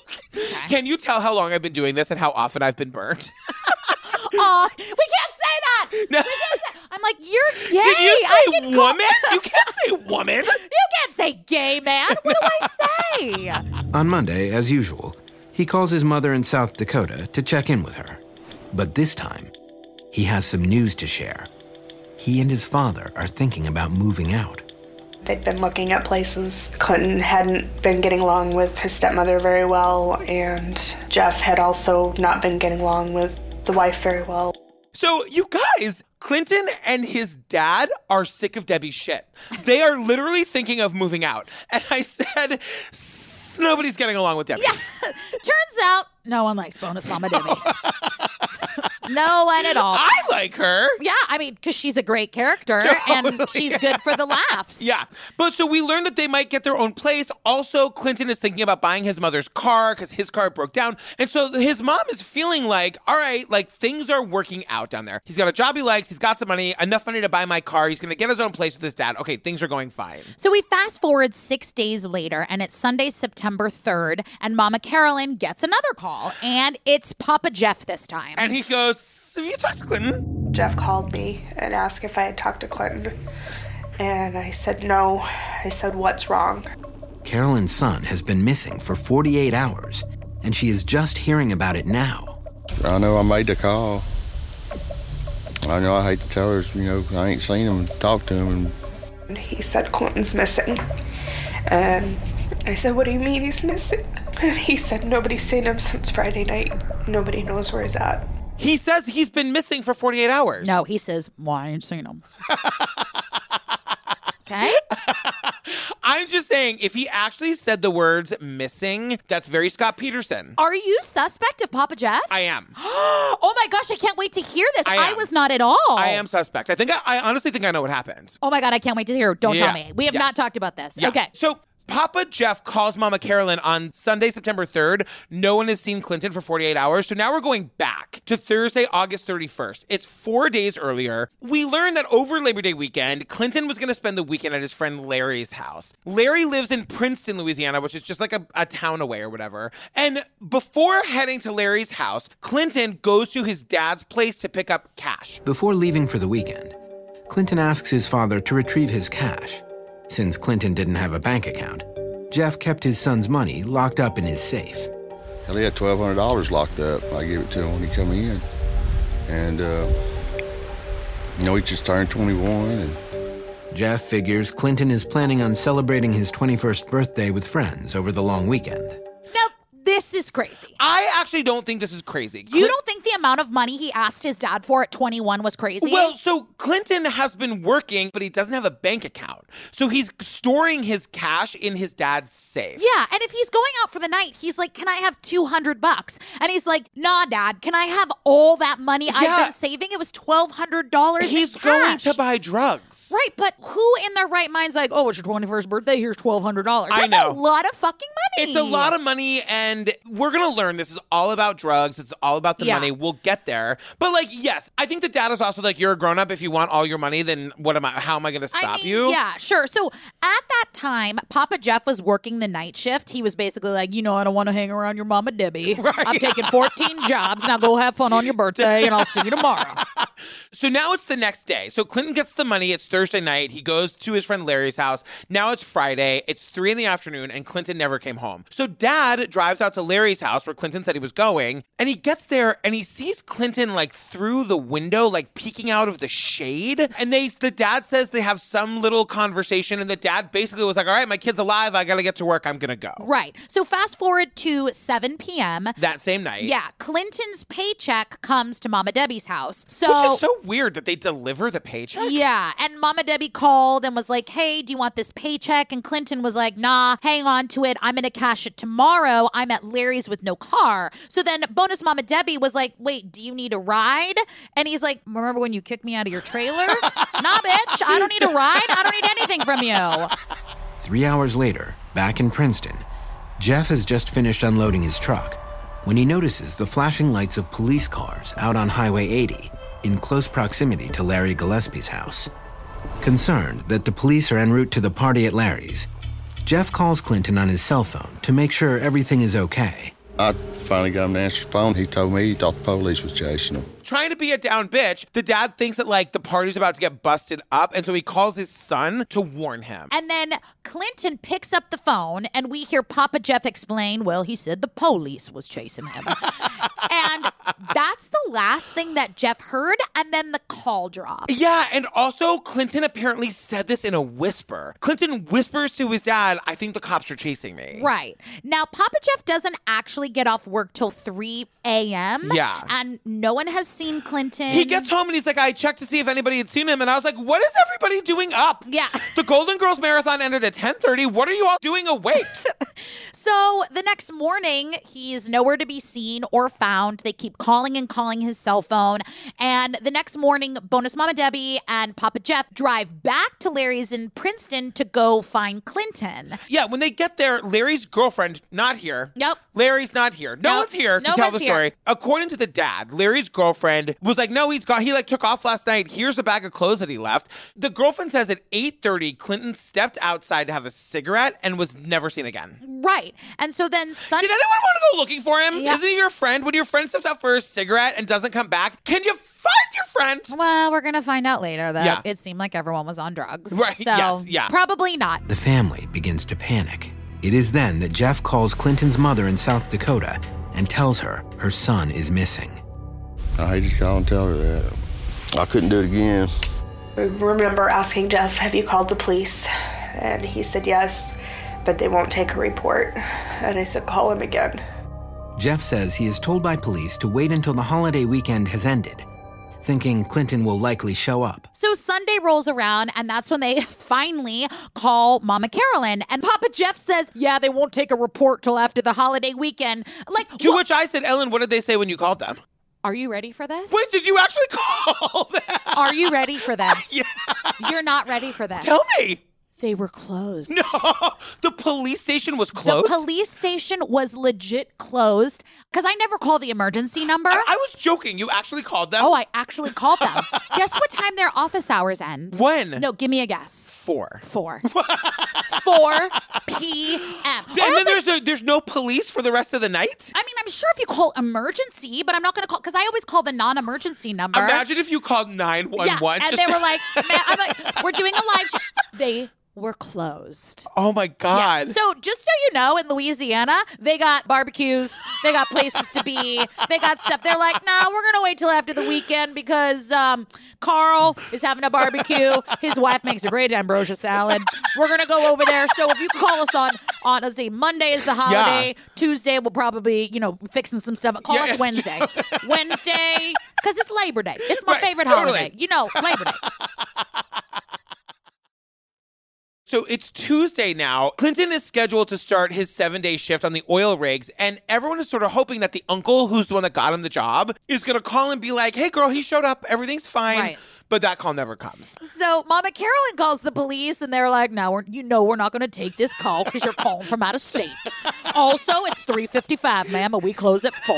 [SPEAKER 1] Can you tell how long I've been doing this and how often I've been burned?
[SPEAKER 2] Aw, we can't say that.
[SPEAKER 1] No.
[SPEAKER 2] I'm like, you're gay.
[SPEAKER 1] Did you
[SPEAKER 2] I
[SPEAKER 1] say
[SPEAKER 2] can call-
[SPEAKER 1] woman? you can't say woman.
[SPEAKER 2] you can't say gay, man. What do I say?
[SPEAKER 3] On Monday, as usual, he calls his mother in South Dakota to check in with her. But this time, he has some news to share. He and his father are thinking about moving out.
[SPEAKER 4] They'd been looking at places. Clinton hadn't been getting along with his stepmother very well, and Jeff had also not been getting along with the wife very well.
[SPEAKER 1] So, you guys, Clinton and his dad are sick of Debbie's shit. They are literally thinking of moving out. And I said, "S- nobody's getting along with Debbie.
[SPEAKER 2] Turns out no one likes bonus mama Debbie. no one at all.
[SPEAKER 1] I like her.
[SPEAKER 2] yeah, I mean, because she's a great character and she's good for the laughs.
[SPEAKER 1] Yeah. But so we learned that they might get their own place. Also, Clinton is thinking about buying his mother's car because his car broke down. And so his mom is feeling like, all right, like things are working out down there. He's got a job he likes. He's got some money, enough money to buy my car. He's going to get his own place with his dad. Okay, things are going fine.
[SPEAKER 2] So we fast forward six days later, and it's Sunday, September 3rd, and Mama Carolyn gets another call, and it's Papa Jeff this time.
[SPEAKER 1] And he goes, have you talked to Clinton?
[SPEAKER 4] Jeff called me and asked if I had talked to Clinton. And I said no. I said, What's wrong?
[SPEAKER 3] Carolyn's son has been missing for 48 hours, and she is just hearing about it now.
[SPEAKER 6] I know I made the call. I know I hate to tell her, you know, I ain't seen him, talked to him, and
[SPEAKER 4] And he said, Clinton's missing. And I said, What do you mean he's missing? And he said, Nobody's seen him since Friday night. Nobody knows where he's at.
[SPEAKER 1] He says he's been missing for 48 hours.
[SPEAKER 2] no, he says, Well, I ain't seen him. okay?
[SPEAKER 1] I'm just saying, if he actually said the words missing, that's very Scott Peterson.
[SPEAKER 2] Are you suspect of Papa Jeff?
[SPEAKER 1] I am.
[SPEAKER 2] oh my gosh, I can't wait to hear this.
[SPEAKER 1] I
[SPEAKER 2] I,
[SPEAKER 1] am.
[SPEAKER 2] was not at all.
[SPEAKER 1] I am suspect. I think I, I honestly think I know what happened.
[SPEAKER 2] Oh my God, I can't wait to hear. Don't
[SPEAKER 1] Yeah.
[SPEAKER 2] tell me. We have
[SPEAKER 1] Yeah.
[SPEAKER 2] not talked about this.
[SPEAKER 1] Yeah.
[SPEAKER 2] Okay.
[SPEAKER 1] So Papa Jeff calls Mama Carolyn on Sunday, September 3rd. No one has seen Clinton for 48 hours. So now we're going back to Thursday, August 31st. It's four days earlier. We learned that over Labor Day weekend, Clinton was going to spend the weekend at his friend Larry's house. Larry lives in Princeton, Louisiana, which is just like a, a town away or whatever. And before heading to Larry's house, Clinton goes to his dad's place to pick up cash.
[SPEAKER 3] Before leaving for the weekend, Clinton asks his father to retrieve his cash. Since Clinton didn't have a bank account, Jeff kept his son's money locked up in his safe.
[SPEAKER 6] Hell, he had twelve hundred dollars locked up. I gave it to him when he come in, and uh, you know he just turned twenty-one, and
[SPEAKER 3] Jeff figures Clinton is planning on celebrating his 21st birthday with friends over the long weekend.
[SPEAKER 2] Now, this is crazy.
[SPEAKER 1] I actually don't think this is crazy.
[SPEAKER 2] You don't think the amount of money he asked his dad for at 21 was crazy?
[SPEAKER 1] Well, so Clinton has been working, but he doesn't have a bank account. So he's storing his cash in his dad's safe.
[SPEAKER 2] yeah. And if he's going out for the night, he's like, Can I have 200 bucks? And he's like, Nah, dad, can I have all that money I've
[SPEAKER 1] Yeah.
[SPEAKER 2] been saving? It was $1,200. in
[SPEAKER 1] He's going
[SPEAKER 2] cash.
[SPEAKER 1] to buy drugs.
[SPEAKER 2] Right, but who in their right mind's like, oh, it's your 21st birthday, here's $1,200?
[SPEAKER 1] I
[SPEAKER 2] That's
[SPEAKER 1] know.
[SPEAKER 2] a lot of fucking money.
[SPEAKER 1] It's a lot of money, and And we're going to learn this is all about drugs. It's all about the
[SPEAKER 2] Yeah.
[SPEAKER 1] money. We'll get there. But like, yes, I think the dad is also like, you're a grown up. If you want all your money, then what am I, how am I going to stop
[SPEAKER 2] mean,
[SPEAKER 1] you?
[SPEAKER 2] Yeah, sure. So at that time, Papa Jeff was working the night shift. He was basically like, you know, I don't want to hang around your mama Debbie. I'm taking 14 jobs. Now go have fun on your birthday, and I'll see you tomorrow.
[SPEAKER 1] So now it's the next day. So Clinton gets the money. It's Thursday night. He goes to his friend Larry's house. Now it's Friday. It's three in the afternoon, and Clinton never came home. So dad drives out to Larry's house where Clinton said he was going, and he gets there and he sees Clinton like through the window, like peeking out of the shade. And they the dad says they have some little conversation, and the dad basically was like, All right, my kid's alive, I gotta get to work, I'm gonna go.
[SPEAKER 2] Right. So fast forward to 7 p.m.
[SPEAKER 1] That same night.
[SPEAKER 2] Yeah, Clinton's paycheck comes to Mama Debbie's house. So
[SPEAKER 1] Which is so weird that they deliver the paycheck.
[SPEAKER 2] Yeah, and Mama Debbie called and was like, "Hey, do you want this paycheck?" And Clinton was like, "Nah, hang on to it. I'm gonna cash it tomorrow. I'm at Larry's with no car." So then, bonus Mama Debbie was like, "Wait, do you need a ride?" And he's like, "Remember when you kicked me out of your trailer? nah, bitch. I don't need a ride. I don't need anything from you."
[SPEAKER 3] Three hours later, back in Princeton, Jeff has just finished unloading his truck when he notices the flashing lights of police cars out on Highway 80 in close proximity to Larry Gillespie's house. Concerned that the police are en route to the party at Larry's, Jeff calls Clinton on his cell phone to make sure everything is okay.
[SPEAKER 6] I finally got him to answer the phone. He told me he thought the police was chasing him.
[SPEAKER 1] trying to be a down bitch, the dad thinks that like the party's about to get busted up, and so he calls his son to warn him.
[SPEAKER 2] And then Clinton picks up the phone, and we hear Papa Jeff explain, well, he said the police was chasing him. and that's the last thing that Jeff heard. And then the call dropped.
[SPEAKER 1] Yeah, and also Clinton apparently said this in a whisper. Clinton whispers to his dad, "I think the cops are chasing me."
[SPEAKER 2] Right. Now, Papa Jeff doesn't actually get off work till 3 a.m.
[SPEAKER 1] Yeah.
[SPEAKER 2] And no one has seen Clinton.
[SPEAKER 1] He gets home and he's like, "I checked to see if anybody had seen him," and I was like, "What is everybody doing up?"
[SPEAKER 2] Yeah.
[SPEAKER 1] The Golden Girls marathon ended at 10:30. What are you all doing awake?
[SPEAKER 2] So the next morning, he's nowhere to be seen or found. They keep calling and calling his cell phone. And the next morning, Bonus Mama Debbie and Papa Jeff drive back to Larry's in Princeton to go find Clinton.
[SPEAKER 1] yeah, when they get there, Larry's girlfriend not here.
[SPEAKER 2] Nope.
[SPEAKER 1] Larry's not here. No
[SPEAKER 2] Nope.
[SPEAKER 1] one's here to
[SPEAKER 2] No
[SPEAKER 1] tell
[SPEAKER 2] one's
[SPEAKER 1] the
[SPEAKER 2] here.
[SPEAKER 1] story. According to the dad, Larry's girlfriend was like, "No, he's gone. He like took off last night. Here's the bag of clothes that he left." The girlfriend says at 8:30, Clinton stepped outside to have a cigarette and was never seen again.
[SPEAKER 2] Right. And so then Sunday.
[SPEAKER 1] Did anyone want to go looking for him?
[SPEAKER 2] Yeah.
[SPEAKER 1] Isn't he your friend? When your friend steps out for a cigarette and doesn't come back, can you find your friend?
[SPEAKER 2] Well, we're going to find out later that
[SPEAKER 1] Yeah.
[SPEAKER 2] it seemed like everyone was on drugs.
[SPEAKER 1] Right,
[SPEAKER 2] So
[SPEAKER 1] yes, yeah.
[SPEAKER 2] Probably not.
[SPEAKER 3] The family begins to panic. It is then that Jeff calls Clinton's mother in South Dakota and tells her her son is missing.
[SPEAKER 6] I hated to call and tell her that. I couldn't do it again.
[SPEAKER 4] I remember asking Jeff, Have you called the police? And he said yes, but they won't take a report. And I said, Call him again.
[SPEAKER 3] Jeff says he is told by police to wait until the holiday weekend has ended, thinking Clinton will likely show up.
[SPEAKER 2] So Sunday rolls around, and that's when they finally call Mama Carolyn. And Papa Jeff says, Yeah, they won't take a report till after the holiday weekend. Like,
[SPEAKER 1] To
[SPEAKER 2] wha-
[SPEAKER 1] which I said, "Ellen, what did they say when you called them?"
[SPEAKER 2] are you ready for this?
[SPEAKER 1] Wait, did you actually call them?
[SPEAKER 2] Are you ready for this? You're not ready for this.
[SPEAKER 1] Tell me.
[SPEAKER 2] They were closed.
[SPEAKER 1] No, the police station was
[SPEAKER 2] The
[SPEAKER 1] closed.
[SPEAKER 2] police station was legit closed because I never call the emergency number.
[SPEAKER 1] I-, I was joking. You actually called them.
[SPEAKER 2] oh, I actually called them. guess what time their office hours end?
[SPEAKER 1] when?
[SPEAKER 2] No, give me a guess.
[SPEAKER 1] four.
[SPEAKER 2] Four. 4 p.m. Or
[SPEAKER 1] And
[SPEAKER 2] else
[SPEAKER 1] then there's no, there's no police for the rest of the night.
[SPEAKER 2] I mean, I'm sure if you call emergency, but I'm not going to call because I always call the non-emergency number.
[SPEAKER 1] Imagine if you called nine one
[SPEAKER 2] yeah,
[SPEAKER 1] one.
[SPEAKER 2] and they were like, "Ma- I'm like, "We're doing a live." Show. They were closed.
[SPEAKER 1] "Oh my
[SPEAKER 2] Yeah.
[SPEAKER 1] god."
[SPEAKER 2] So just so you know, in Louisiana, they got barbecues, they got places to be, they got stuff. They're like, nah, we're gonna wait till after the weekend because um, Carl is having a barbecue. His wife makes a great ambrosia salad. We're gonna go over there. So if you can call us on on let's see, Monday is the holiday. Tuesday we'll probably you know fixing some stuff. Call
[SPEAKER 1] Yeah, yeah.
[SPEAKER 2] us Wednesday. Wednesday because it's Labor Day. It's my
[SPEAKER 1] Right,
[SPEAKER 2] favorite
[SPEAKER 1] totally.
[SPEAKER 2] holiday. You know, Labor Day.
[SPEAKER 1] So it's Tuesday now. Clinton is scheduled to start his seven day shift on the oil rigs, and everyone is sort of hoping that the uncle, who's the one that got him the job, is going to call and be like, hey, girl, he showed up. Everything's fine.
[SPEAKER 2] Right.
[SPEAKER 1] but that call never comes.
[SPEAKER 2] So Mama Carolyn calls the police, and they're like, "No, we're, you know we're not going to take this call because you're calling from out of state. also, it's three fifty-five, ma'am, and we close at 4.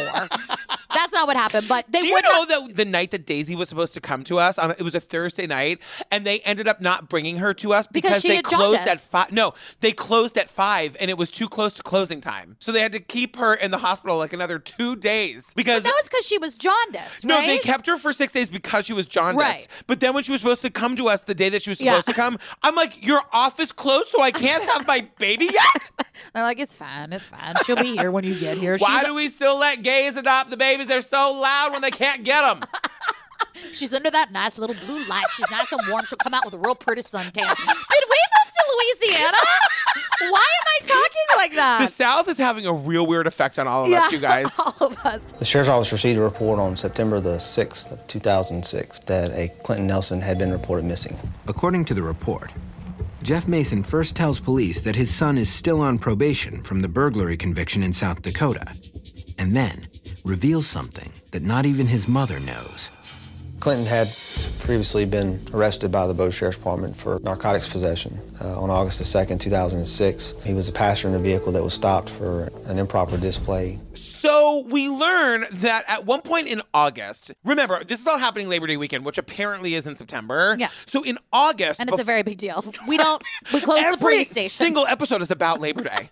[SPEAKER 2] That's not what happened, but they
[SPEAKER 1] Do you
[SPEAKER 2] would
[SPEAKER 1] know
[SPEAKER 2] not.
[SPEAKER 1] that the night that Daisy was supposed to come to us on it was a Thursday night, and they ended up not bringing her to us
[SPEAKER 2] Because
[SPEAKER 1] because,
[SPEAKER 2] she
[SPEAKER 1] they
[SPEAKER 2] had
[SPEAKER 1] closed at
[SPEAKER 2] jaundice.
[SPEAKER 1] five. No, they closed at five, and it was too close to closing time, so they had to keep her in the hospital like another two days because.
[SPEAKER 2] that was because she was jaundiced.
[SPEAKER 1] No,
[SPEAKER 2] right?
[SPEAKER 1] they kept her for six days because she was jaundiced.
[SPEAKER 2] Right.
[SPEAKER 1] But then when she was supposed to come to us the day that she was
[SPEAKER 2] Yeah.
[SPEAKER 1] supposed to come, I'm like, your office closed, so I can't have my baby yet?
[SPEAKER 2] They're like, "It's fine, it's fine. She'll be here when you get here."
[SPEAKER 1] Why
[SPEAKER 2] She's-
[SPEAKER 1] do we still let gays adopt the babies? They're so loud when they can't get them.
[SPEAKER 9] She's under that nice little blue light. She's nice and warm. She'll come out with a real pretty suntan. Did we move to Louisiana?
[SPEAKER 2] Why am I talking like
[SPEAKER 1] The
[SPEAKER 2] that?
[SPEAKER 1] South is having a real weird effect on all of us, you guys.
[SPEAKER 2] all of us.
[SPEAKER 5] The sheriff's office received a report on September the 6th of 2006 that a Clinton Nelson had been reported missing.
[SPEAKER 3] According to the report, Jeff Mason first tells police that his son is still on probation from the burglary conviction in South Dakota, and then reveals something that not even his mother knows.
[SPEAKER 5] Clinton had previously been arrested by the Bow Sheriff's Department for narcotics possession. Uh, on August the 2nd, 2006, he was a passenger in a vehicle that was stopped for an improper display.
[SPEAKER 1] So we learn that at one point in August, remember, this is all happening Labor Day weekend, which apparently is in September.
[SPEAKER 2] Yeah.
[SPEAKER 1] So in August,
[SPEAKER 2] And it's a
[SPEAKER 1] bef-
[SPEAKER 2] very big deal. We don't. We close
[SPEAKER 1] every
[SPEAKER 2] the police station.
[SPEAKER 1] single episode is about Labor Day.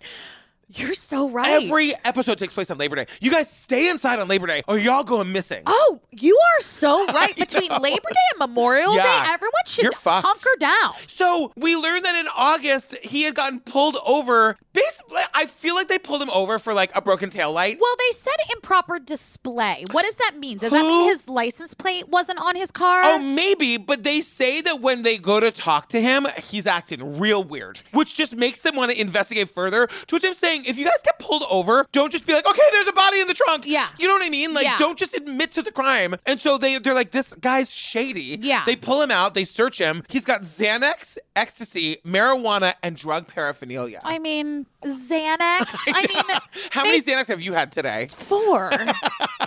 [SPEAKER 2] You're so right.
[SPEAKER 1] Every episode takes place on Labor Day. You guys stay inside on Labor Day, or y'all going missing.
[SPEAKER 2] Oh, you are so right. Between Labor Day and Memorial
[SPEAKER 1] Yeah.
[SPEAKER 2] Day, everyone should
[SPEAKER 1] You're fucked.
[SPEAKER 2] hunker down.
[SPEAKER 1] So we learned that in August he had gotten pulled over. Basically, I feel like they pulled him over for like a broken taillight.
[SPEAKER 2] Well, they said improper display. What does that mean? Does that mean
[SPEAKER 1] Who?
[SPEAKER 2] his license plate wasn't on his car?
[SPEAKER 1] Oh, maybe, but they say that when they go to talk to him, he's acting real weird, which just makes them want to investigate further. To which I'm saying, if you guys get pulled over, don't just be like, okay, there's a body in the trunk.
[SPEAKER 2] Yeah.
[SPEAKER 1] You know what I mean? Like,
[SPEAKER 2] Yeah.
[SPEAKER 1] don't just admit to the crime. And so they, they're like, this guy's shady.
[SPEAKER 2] Yeah.
[SPEAKER 1] They pull him out, they search him. He's got Xanax, ecstasy, marijuana, and drug paraphernalia.
[SPEAKER 2] I mean, Xanax. I mean,
[SPEAKER 1] How many Xanax have you had today?
[SPEAKER 2] four.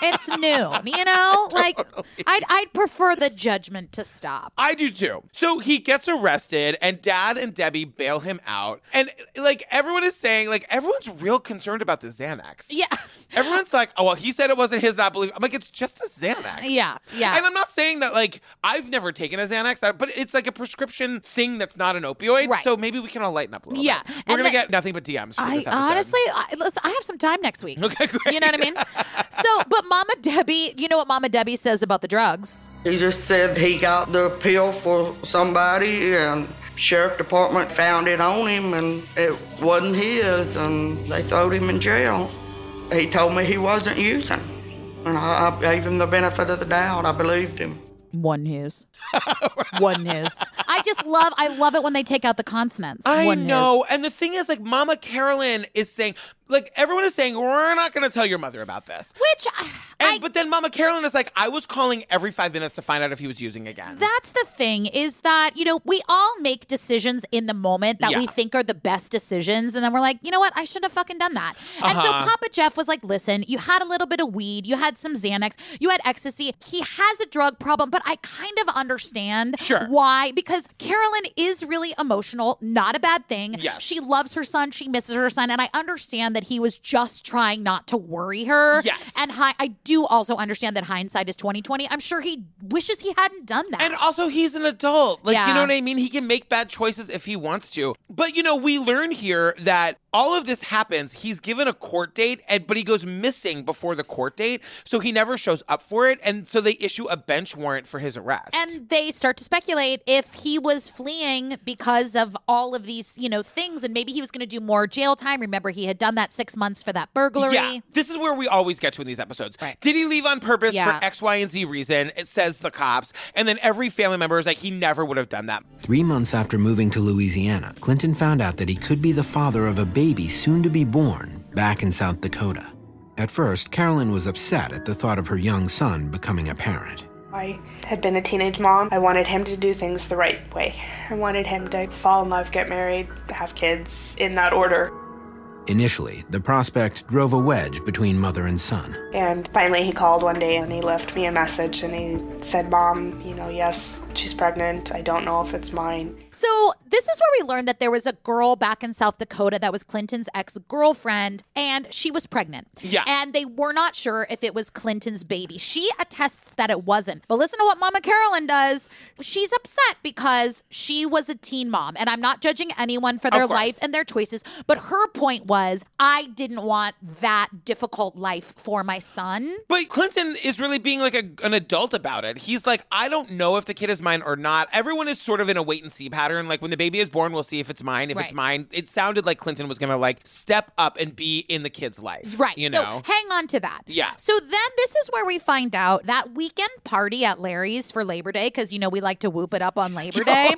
[SPEAKER 2] it's noon, you know? Like, I'd, I'd prefer the judgment to stop.
[SPEAKER 1] I do too. So he gets arrested, and Dad and Debbie bail him out. And like everyone is saying, like everyone's real concerned about the Xanax.
[SPEAKER 2] Yeah.
[SPEAKER 1] Everyone's like, oh, well, he said it wasn't his, I believe. I'm like, it's just a Xanax.
[SPEAKER 2] Yeah, yeah.
[SPEAKER 1] And I'm not saying that, like, I've never taken a Xanax, I- but it's like a prescription thing that's not an opioid.
[SPEAKER 2] Right.
[SPEAKER 1] So maybe we can all lighten up a little
[SPEAKER 2] Yeah,
[SPEAKER 1] bit.
[SPEAKER 2] and
[SPEAKER 1] We're going to
[SPEAKER 2] the-
[SPEAKER 1] get nothing but DMs. For
[SPEAKER 2] I
[SPEAKER 1] this episode.
[SPEAKER 2] honestly, I, listen, I have some time next week.
[SPEAKER 1] Okay, great.
[SPEAKER 2] You know what I mean? So, but Mama Debbie, you know what Mama Debbie says about the drugs?
[SPEAKER 10] He just said he got the pill for somebody and sheriff department found it on him and it wasn't his and they threw him in jail. He told me he wasn't using. And I, I gave him the benefit of the doubt. I believed him.
[SPEAKER 2] One his. One his. I just love I love it when they take out the consonants.
[SPEAKER 1] I
[SPEAKER 2] One
[SPEAKER 1] know.
[SPEAKER 2] his.
[SPEAKER 1] And the thing is, like, Mama Carolyn is saying, like, everyone is saying, we're not going to tell your mother about this.
[SPEAKER 2] Which uh,
[SPEAKER 1] And
[SPEAKER 2] I,
[SPEAKER 1] but then Mama Carolyn is like, I was calling every five minutes to find out if he was using again.
[SPEAKER 2] that's the thing is that, you know, we all make decisions in the moment that we
[SPEAKER 1] Yeah.
[SPEAKER 2] think are the best decisions. And then we're like, you know what? I shouldn't have fucking done that. And
[SPEAKER 1] Uh-huh.
[SPEAKER 2] so Papa Jeff was like, listen, you had a little bit of weed, you had some Xanax, you had ecstasy. He has a drug problem, but I kind of understand
[SPEAKER 1] Sure.
[SPEAKER 2] why. Because Carolyn is really emotional, not a bad thing.
[SPEAKER 1] Yes.
[SPEAKER 2] She loves her son, she misses her son. And I understand that he was just trying not to worry her.
[SPEAKER 1] Yes.
[SPEAKER 2] And hi- I do also understand that hindsight is 2020. I'm sure he wishes he hadn't done that.
[SPEAKER 1] and also, he's an adult. Like, you
[SPEAKER 2] Yeah.
[SPEAKER 1] know what I mean? He can make bad choices if he wants to. But, you know, we learn here that all of this happens. He's given a court date, and but he goes missing before the court date. So he never shows up for it. And so they issue a bench warrant for his arrest.
[SPEAKER 2] and they start to speculate if he was fleeing because of all of these, you know, things, and maybe he was going to do more jail time. Remember, he had done that six months for that burglary.
[SPEAKER 1] Yeah, this is where we always get to in these episodes.
[SPEAKER 2] Right.
[SPEAKER 1] Did he leave on purpose
[SPEAKER 2] Yeah.
[SPEAKER 1] for X, Y, and Z reason? It says the cops. And then every family member is like, he never would have done that.
[SPEAKER 3] Three months after moving to Louisiana, Clinton found out that he could be the father of a baby soon to be born back in South Dakota. At first, Carolyn was upset at the thought of her young son becoming a parent.
[SPEAKER 4] I had been a teenage mom. I wanted him to do things the right way. I wanted him to fall in love, get married, have kids in that order.
[SPEAKER 3] Initially, the prospect drove a wedge between mother and son.
[SPEAKER 4] And finally, he called one day and he left me a message and he said, Mom, you know, yes, she's pregnant. I don't know if it's mine.
[SPEAKER 2] So, this is where we learned that there was a girl back in South Dakota that was Clinton's ex girlfriend, and she was pregnant.
[SPEAKER 1] Yeah.
[SPEAKER 2] And they were not sure if it was Clinton's baby. She attests that it wasn't. But listen to what Mama Carolyn does. She's upset because she was a teen mom, and I'm not judging anyone for their
[SPEAKER 1] course.
[SPEAKER 2] life and their choices. But her point was, I didn't want that difficult life for my son.
[SPEAKER 1] But Clinton is really being like a, an adult about it. He's like, I don't know if the kid is mine or not. Everyone is sort of in a wait and see pattern. Like when the baby is born, we'll see if it's mine. If it's
[SPEAKER 2] Right.
[SPEAKER 1] mine, it sounded like Clinton was gonna like step up and be in the kid's life.
[SPEAKER 2] Right.
[SPEAKER 1] You
[SPEAKER 2] so
[SPEAKER 1] know.
[SPEAKER 2] hang on to that.
[SPEAKER 1] Yeah.
[SPEAKER 2] So then this is where we find out that weekend party at Larry's for Labor Day, because you know we like to whoop it up on Labor Day,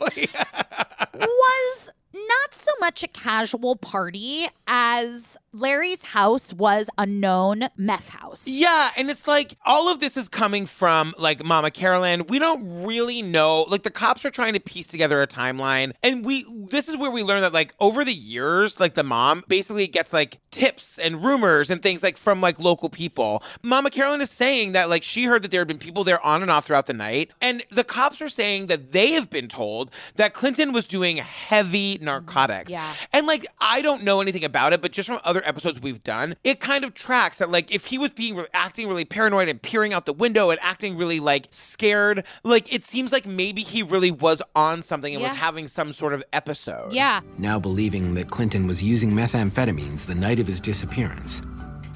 [SPEAKER 2] was not so much a casual party as Larry's house was a known meth house.
[SPEAKER 1] Yeah, and it's like all of this is coming from like Mama Carolyn. We don't really know. Like the cops are trying to piece together a timeline, and we this is where we learn that like over the years, like the mom basically gets like tips and rumors and things like from like local people. Mama Carolyn is saying that like she heard that there had been people there on and off throughout the night, and the cops are saying that they have been told that Clinton was doing heavy narcotics.
[SPEAKER 2] Yeah.
[SPEAKER 1] And like, I don't know anything about it, but just from other episodes we've done, it kind of tracks that like if he was being re- acting really paranoid and peering out the window and acting really like scared, like it seems like maybe he really was on something and
[SPEAKER 2] Yeah.
[SPEAKER 1] was having some sort of episode.
[SPEAKER 2] Yeah.
[SPEAKER 3] now believing that Clinton was using methamphetamines the night of his disappearance,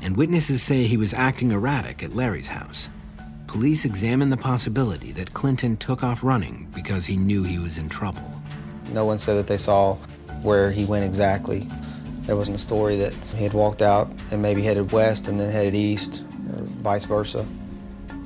[SPEAKER 3] and witnesses say he was acting erratic at Larry's house. Police examine the possibility that Clinton took off running because he knew he was in trouble.
[SPEAKER 5] No one said that they saw where he went exactly. There wasn't a story that he had walked out and maybe headed west and then headed east, or vice versa.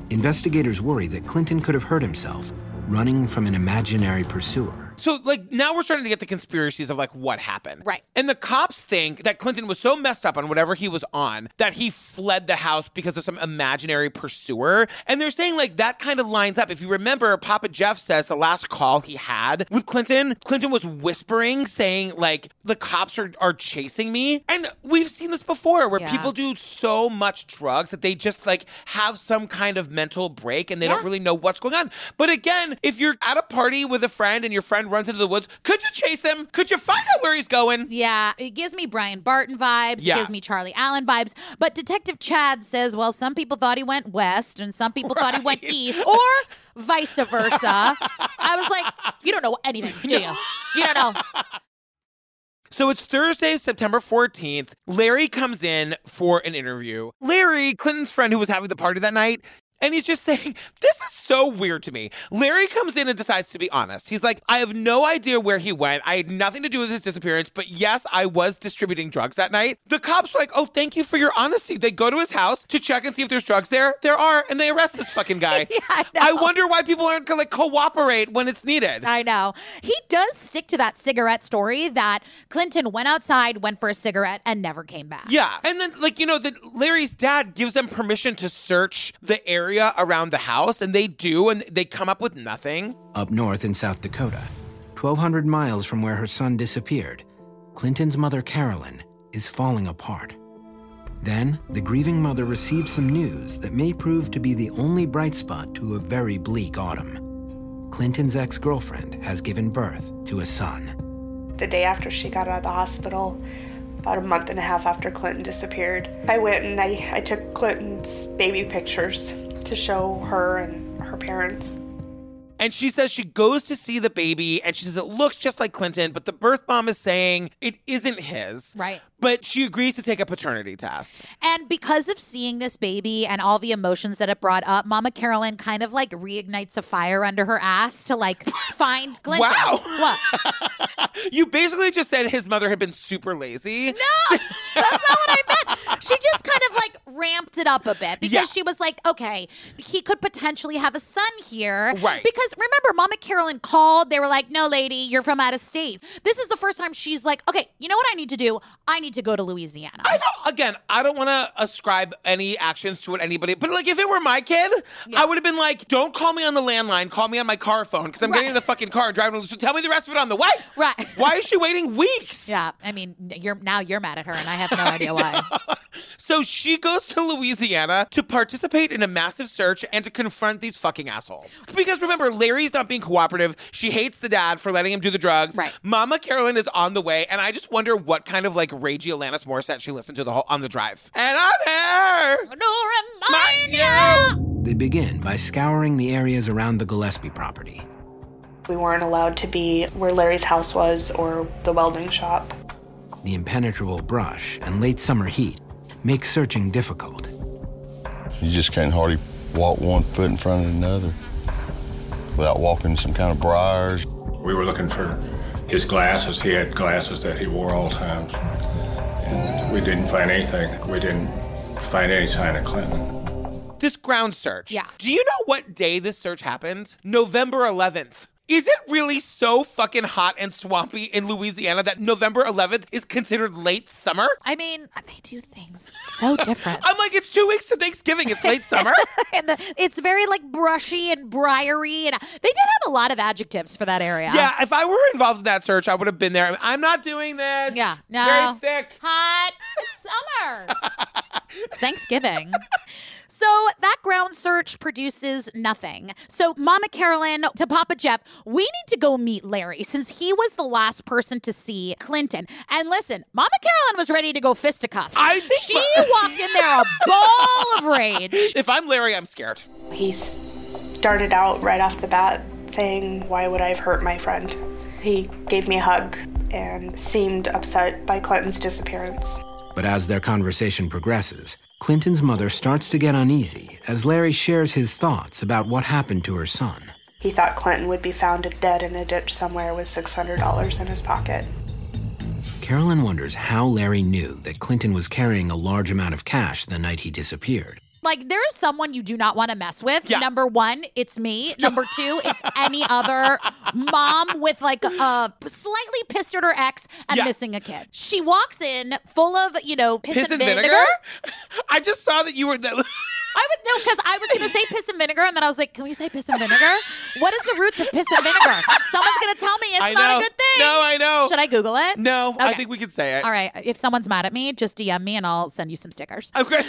[SPEAKER 3] Investigators worry that Clinton could have hurt himself running from an imaginary pursuer.
[SPEAKER 1] So like now we're starting to get the conspiracies of like what happened.
[SPEAKER 2] Right.
[SPEAKER 1] And the cops think that Clinton was so messed up on whatever he was on that he fled the house because of some imaginary pursuer. And they're saying like that kind of lines up. If you remember, Papa Jeff says the last call he had with Clinton, Clinton was whispering saying like the cops are are chasing me. And we've seen this before where
[SPEAKER 2] Yeah.
[SPEAKER 1] people do so much drugs that they just like have some kind of mental break and they
[SPEAKER 2] Yeah.
[SPEAKER 1] don't really know what's going on. But again, if you're at a party with a friend and your friend runs into the woods, could you chase him? Could you find out where he's going?
[SPEAKER 2] Yeah, it gives me Brian Barton vibes.
[SPEAKER 1] Yeah.
[SPEAKER 2] It gives me Charlie Allen vibes. But Detective Chad says, well, some people thought he went west and some people thought he went east or vice versa. I was like, you don't know anything, do you? You don't know.
[SPEAKER 1] So it's Thursday, September 14th. Larry comes in for an interview. Larry, Clinton's friend who was having the party that night, and he's just saying, This is so weird to me. Larry comes in and decides to be honest. He's like, I have no idea where he went. I had nothing to do with his disappearance, but yes, I was distributing drugs that night. The cops were like, Oh, thank you for your honesty. They go to his house to check and see if there's drugs there. There are, and they arrest this fucking guy.
[SPEAKER 2] I know.
[SPEAKER 1] I wonder why people aren't gonna like cooperate when it's needed.
[SPEAKER 2] I know. He does stick to that cigarette story that Clinton went outside, went for a cigarette, and never came back.
[SPEAKER 1] Yeah. And then, like, you know, that Larry's dad gives them permission to search the area around the house, and they do, and they come up with nothing.
[SPEAKER 3] Up north in South Dakota, 1,200 miles from where her son disappeared, Clinton's mother, Carolyn, is falling apart. Then, the grieving mother receives some news that may prove to be the only bright spot to a very bleak autumn. Clinton's ex girlfriend has given birth to a son.
[SPEAKER 4] The day after she got out of the hospital, about a month and a half after Clinton disappeared, I went and I, I took Clinton's baby pictures to show her and her parents.
[SPEAKER 1] And she says she goes to see the baby, and she says it looks just like Clinton, but the birth mom is saying it isn't his.
[SPEAKER 2] Right.
[SPEAKER 1] But she agrees to take a paternity test.
[SPEAKER 2] And because of seeing this baby and all the emotions that it brought up, Mama Carolyn kind of like reignites a fire under her ass to like find Clinton.
[SPEAKER 1] Wow.
[SPEAKER 2] What?
[SPEAKER 1] You basically just said his mother had been super lazy.
[SPEAKER 2] No, that's not what I meant. She just kind of like ramped it up a bit because
[SPEAKER 1] Yeah.
[SPEAKER 2] she was like, okay, he could potentially have a son here.
[SPEAKER 1] Right.
[SPEAKER 2] Because remember, Mama Carolyn called. They were like, no, lady, you're from out of state. This is the first time she's like, okay, you know what I need to do? I need need to go to Louisiana.
[SPEAKER 1] I don't, again, I don't want to ascribe any actions to what anybody, but like if it were my kid, I would have been like, don't call me on the landline, call me on my car phone because I'm getting in the fucking car and driving. So tell me the rest of it on the way.
[SPEAKER 2] Right.
[SPEAKER 1] Why is she waiting weeks?
[SPEAKER 2] yeah, I mean, you're now you're mad at her, and I have no idea why.
[SPEAKER 1] So she goes to Louisiana to participate in a massive search and to confront these fucking assholes. Because remember, Larry's not being cooperative. She hates the dad for letting him do the drugs.
[SPEAKER 2] Right.
[SPEAKER 1] Mama Carolyn is on the way, and I just wonder what kind of like ragey Alanis Morissette she listened to the whole on the drive. And I'm here.
[SPEAKER 2] No remind
[SPEAKER 1] Mind
[SPEAKER 2] ya.
[SPEAKER 3] They begin by scouring the areas around the Gillespie property.
[SPEAKER 4] We weren't allowed to be where Larry's house was or the welding shop.
[SPEAKER 3] The impenetrable brush and late summer heat make searching difficult.
[SPEAKER 6] You just can't hardly walk one foot in front of another without walking some kind of briars.
[SPEAKER 7] We were looking for his glasses. He had glasses that he wore all times. And we didn't find anything. We didn't find any sign of Clinton.
[SPEAKER 1] This ground search.
[SPEAKER 2] Yeah.
[SPEAKER 1] Do you know what day this search happened? November 11th. Is it really so fucking hot and swampy in Louisiana that November 11th is considered late summer?
[SPEAKER 2] I mean, they do things so different.
[SPEAKER 1] I'm like, it's two weeks to Thanksgiving. It's late summer.
[SPEAKER 2] and the, it's very like brushy and briary, and they did have a lot of adjectives for that area.
[SPEAKER 1] Yeah, if I were involved in that search, I would have been there. I'm not doing this.
[SPEAKER 2] Yeah,
[SPEAKER 1] Very
[SPEAKER 2] no.
[SPEAKER 1] thick.
[SPEAKER 9] Hot. It's summer.
[SPEAKER 2] It's Thanksgiving. so that ground search produces nothing. So Mama Carolyn to Papa Jeff, we need to go meet Larry since he was the last person to see Clinton. And listen, Mama Carolyn was ready to go fisticuffs.
[SPEAKER 1] I think
[SPEAKER 2] she
[SPEAKER 1] my-
[SPEAKER 2] walked in there a ball of rage.
[SPEAKER 1] If I'm Larry, I'm scared.
[SPEAKER 4] He started out right off the bat saying, Why would I have hurt my friend? He gave me a hug and seemed upset by Clinton's disappearance.
[SPEAKER 3] But as their conversation progresses, Clinton's mother starts to get uneasy as Larry shares his thoughts about what happened to her son.
[SPEAKER 4] He thought Clinton would be found dead in a ditch somewhere with $600 in his pocket.
[SPEAKER 3] Carolyn wonders how Larry knew that Clinton was carrying a large amount of cash the night he disappeared.
[SPEAKER 2] Like there is someone you do not want to mess with.
[SPEAKER 1] Yeah.
[SPEAKER 2] Number one, it's me. Number two, it's any other mom with like a slightly pissed at her ex and
[SPEAKER 1] Yeah.
[SPEAKER 2] missing a kid. She walks in full of you know piss,
[SPEAKER 1] Piss and vinegar? I just saw that you were that.
[SPEAKER 2] I would no, because I was gonna say piss and vinegar, and then I was like, can we say piss and vinegar? What is the roots of piss and vinegar? Someone's gonna tell me it's
[SPEAKER 1] I
[SPEAKER 2] not
[SPEAKER 1] know.
[SPEAKER 2] a good thing.
[SPEAKER 1] No, I know.
[SPEAKER 2] Should I Google it?
[SPEAKER 1] No, I
[SPEAKER 2] Okay.
[SPEAKER 1] think we could say it.
[SPEAKER 2] All right. If someone's mad at me, just DM me and I'll send you some stickers.
[SPEAKER 1] Okay.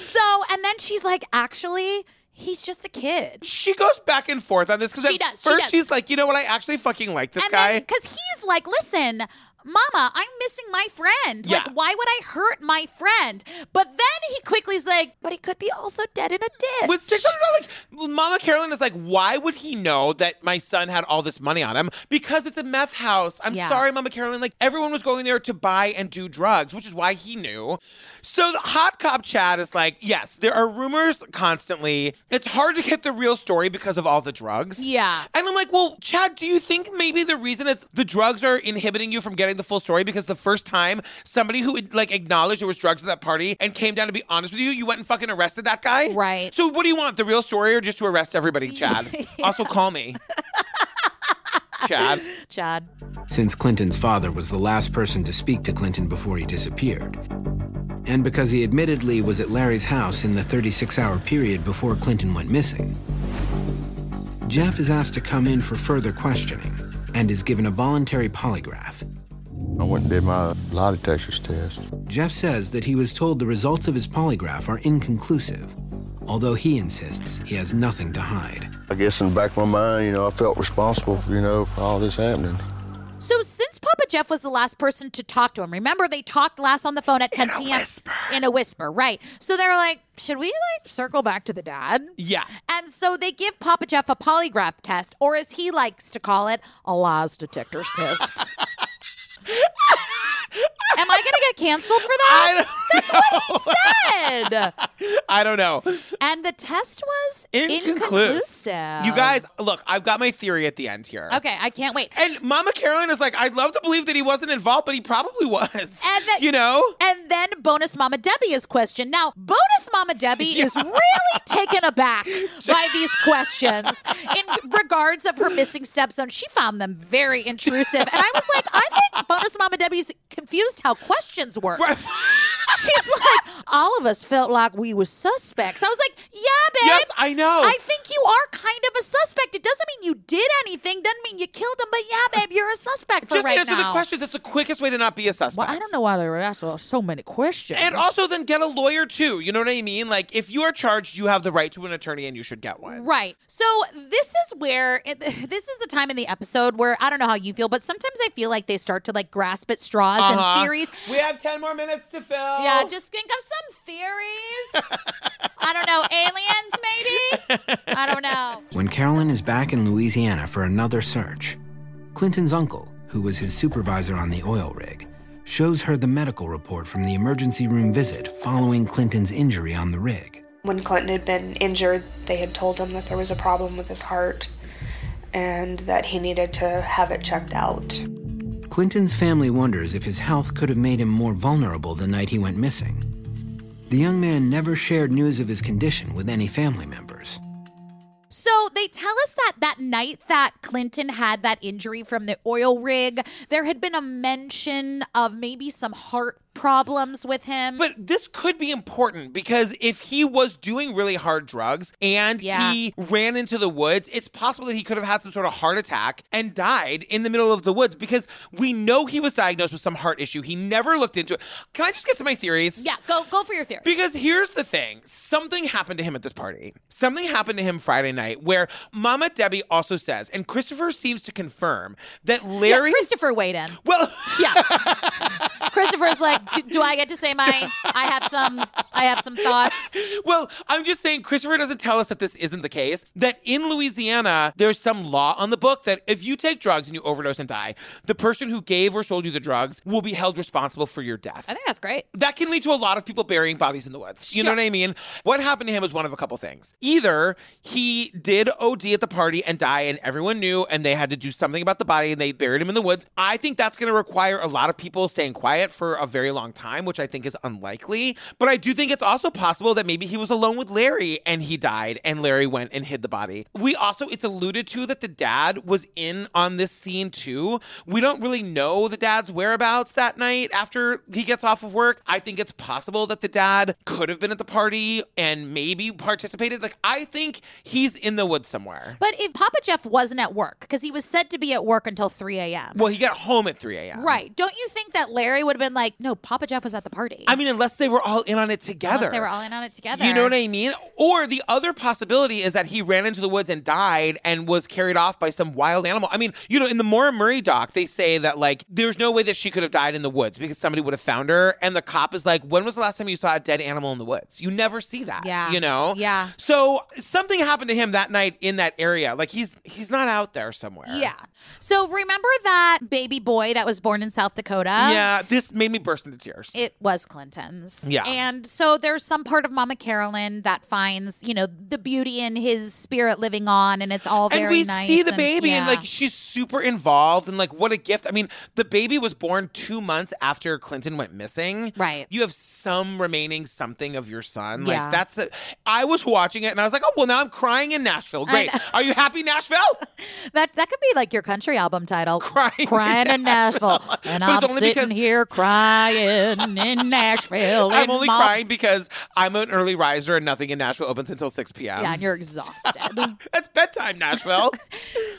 [SPEAKER 2] So, and then she's like, actually, he's just a kid.
[SPEAKER 1] She goes back and forth on this because
[SPEAKER 2] She
[SPEAKER 1] at
[SPEAKER 2] does, she
[SPEAKER 1] first
[SPEAKER 2] does.
[SPEAKER 1] she's like, you know what? I actually fucking like this
[SPEAKER 2] and
[SPEAKER 1] guy.
[SPEAKER 2] then because he's like, listen, Mama, I'm missing my friend.
[SPEAKER 1] Yeah.
[SPEAKER 2] Like, why would I hurt my friend? But then he quickly's like, but he could be also dead in a ditch.
[SPEAKER 1] With six hundred dollars, like Mama Carolyn is like, why would he know that my son had all this money on him? Because it's a meth house. I'm
[SPEAKER 2] Yeah.
[SPEAKER 1] sorry, Mama Carolyn. Like everyone was going there to buy and do drugs, which is why he knew. So the hot cop Chad is like, yes, there are rumors constantly. It's hard to get the real story because of all the drugs.
[SPEAKER 2] Yeah.
[SPEAKER 1] And I'm like, well, Chad, do you think maybe the reason it's the drugs are inhibiting you from getting the full story because the first time somebody who like acknowledged there was drugs at that party and came down to be honest with you, you went and fucking arrested that guy?
[SPEAKER 2] Right.
[SPEAKER 1] So what do you want? The real story or just to arrest everybody, Chad? Also call me. Chad.
[SPEAKER 2] Chad.
[SPEAKER 3] since Clinton's father was the last person to speak to Clinton before he disappeared, and because he admittedly was at Larry's house in the 36 hour period before Clinton went missing. Jeff is asked to come in for further questioning and is given a voluntary polygraph.
[SPEAKER 6] I went and did my lie detector's test.
[SPEAKER 3] Jeff says that he was told the results of his polygraph are inconclusive, although he insists he has nothing to hide.
[SPEAKER 6] I guess in the back of my mind, you know, I felt responsible, you know, for all this happening.
[SPEAKER 2] So since Papa Jeff was the last person to talk to him, remember they talked last on the phone at 10 p.m.
[SPEAKER 1] whisper.
[SPEAKER 2] in a whisper, right? So they're like, should we like circle back to the dad?
[SPEAKER 1] Yeah.
[SPEAKER 2] And so they give Papa Jeff a polygraph test, or as he likes to call it, a lies detector's test. Am I gonna get canceled for that?
[SPEAKER 1] I don't
[SPEAKER 2] That's what he said.
[SPEAKER 1] I don't know.
[SPEAKER 2] And the test was
[SPEAKER 1] Inconclusive.
[SPEAKER 2] inconclusive.
[SPEAKER 1] You guys, look, I've got my theory at the end here.
[SPEAKER 2] Okay, I can't wait.
[SPEAKER 1] And Mama Carolyn is like, I'd love to believe that he wasn't involved, but he probably was.
[SPEAKER 2] And that-
[SPEAKER 1] you know?
[SPEAKER 2] And then bonus Mama Debbie is questioned. Now, bonus Mama Debbie is really taken aback by these questions in regards of her missing stepson. She found them very intrusive. And I was like, I think bonus Mama Debbie's confused how questions work. She's like, all of us felt like we were suspects. I was like, yeah, babe.
[SPEAKER 1] Yes, I know.
[SPEAKER 2] I think you are kind of a suspect. It doesn't mean you did anything. Doesn't mean you killed him. But yeah, babe, you're a suspect for
[SPEAKER 1] Just
[SPEAKER 2] right
[SPEAKER 1] answer
[SPEAKER 2] now.
[SPEAKER 1] the questions. It's the quickest way to not be a suspect.
[SPEAKER 2] Well, I don't know why they were asking so many questions.
[SPEAKER 1] And also, then get a lawyer too. You know what I mean? Like, if you are charged, you have the right to an attorney, and you should get one.
[SPEAKER 2] Right. So this is where it, this is the time in the episode where I don't know how you feel, but sometimes I feel like they start to like grasp at straws
[SPEAKER 1] Uh-huh. Oh.
[SPEAKER 2] and theories.
[SPEAKER 1] We have ten more minutes to fill.
[SPEAKER 2] Yeah, just think of some theories. I don't know, aliens maybe. I don't know.
[SPEAKER 3] When Carolyn is back in Louisiana for another search, Clinton's uncle, who was his supervisor on the oil rig, shows her the medical report from the emergency room visit following Clinton's injury on the rig.
[SPEAKER 4] When Clinton had been injured, they had told him that there was a problem with his heart and that he needed to have it checked out.
[SPEAKER 3] Clinton's family wonders if his health could have made him more vulnerable the night he went missing. The young man never shared news of his condition with any family members.
[SPEAKER 2] So they tell us that that night that Clinton had that injury from the oil rig, there had been a mention of maybe some heart problems with him.
[SPEAKER 1] But this could be important because if he was doing really hard drugs and
[SPEAKER 2] Yeah.
[SPEAKER 1] he ran into the woods, it's possible that he could have had some sort of heart attack and died in the middle of the woods because we know he was diagnosed with some heart issue. He never looked into it. Can I just get to my theories?
[SPEAKER 2] yeah, go go for your theory.
[SPEAKER 1] Because here's the thing something happened to him at this party. Something happened to him Friday night where Mama Debbie also says, and Christopher seems to confirm that Larry.
[SPEAKER 2] yeah, Christopher weighed in.
[SPEAKER 1] well,
[SPEAKER 2] Yeah. Christopher's like, do, do I get to say my? I have some. I have some thoughts.
[SPEAKER 1] Well, I'm just saying, Christopher doesn't tell us that this isn't the case. That in Louisiana, there's some law on the book that if you take drugs and you overdose and die, the person who gave or sold you the drugs will be held responsible for your death.
[SPEAKER 2] I think that's great.
[SPEAKER 1] that can lead to a lot of people burying bodies in the woods. You know
[SPEAKER 2] Sure.
[SPEAKER 1] what I mean? What happened to him was one of a couple things. Either he did OD at the party and die, and everyone knew, and they had to do something about the body, and they buried him in the woods. I think that's going to require a lot of people staying quiet for a very long time, which I think is unlikely. But I do think it's also possible that maybe he was alone with Larry and he died, and Larry went and hid the body. We also, it's alluded to that the dad was in on this scene too. We don't really know the dad's whereabouts that night after he gets off of work. I think it's possible that the dad could have been at the party and maybe participated. Like, I think he's in the woods somewhere.
[SPEAKER 2] But if Papa Jeff wasn't at work, because he was said to be at work until 3 a.m.
[SPEAKER 1] Well, he got home at 3 a.m.
[SPEAKER 2] right? Don't you think that Larry would have been like, no, Papa Jeff was at the party.
[SPEAKER 1] I mean, unless they were all in on it
[SPEAKER 2] Unless
[SPEAKER 1] together.
[SPEAKER 2] They were all in on it together.
[SPEAKER 1] You know what I mean? Or the other possibility is that he ran into the woods and died and was carried off by some wild animal. I mean, you know, in the Maura Murray doc, they say that like there's no way that she could have died in the woods because somebody would have found her. And the cop is like, when was the last time you saw a dead animal in the woods? You never see that.
[SPEAKER 2] Yeah.
[SPEAKER 1] You know?
[SPEAKER 2] Yeah.
[SPEAKER 1] So something happened to him that night in that area. Like he's he's not out there somewhere.
[SPEAKER 2] Yeah. So remember that baby boy that was born in South Dakota?
[SPEAKER 1] Yeah. This made me burst into tears.
[SPEAKER 2] It was Clinton's.
[SPEAKER 1] Yeah.
[SPEAKER 2] And so there's some part of Mama Carolyn that finds, you know, the beauty in his spirit living on, and it's all very
[SPEAKER 1] and we
[SPEAKER 2] nice.
[SPEAKER 1] see the baby and
[SPEAKER 2] yeah.
[SPEAKER 1] like she's super involved and like what a gift i mean the baby was born two months after clinton went missing
[SPEAKER 2] Right.
[SPEAKER 1] you have some remaining something of your son
[SPEAKER 2] Yeah.
[SPEAKER 1] like that's a, i was watching it and i was like oh well now i'm crying in nashville great are you happy nashville
[SPEAKER 2] that that could be like your country album title,
[SPEAKER 1] Crying
[SPEAKER 2] in Nashville, and
[SPEAKER 1] But it's
[SPEAKER 2] I'm
[SPEAKER 1] only
[SPEAKER 2] sitting
[SPEAKER 1] because-
[SPEAKER 2] here crying in Nashville.
[SPEAKER 1] i'm
[SPEAKER 2] and
[SPEAKER 1] only
[SPEAKER 2] my-
[SPEAKER 1] crying because i'm an early riser and nothing in nashville opens until 6 p.m
[SPEAKER 2] Yeah, and you're exhausted.
[SPEAKER 1] that's bedtime nashville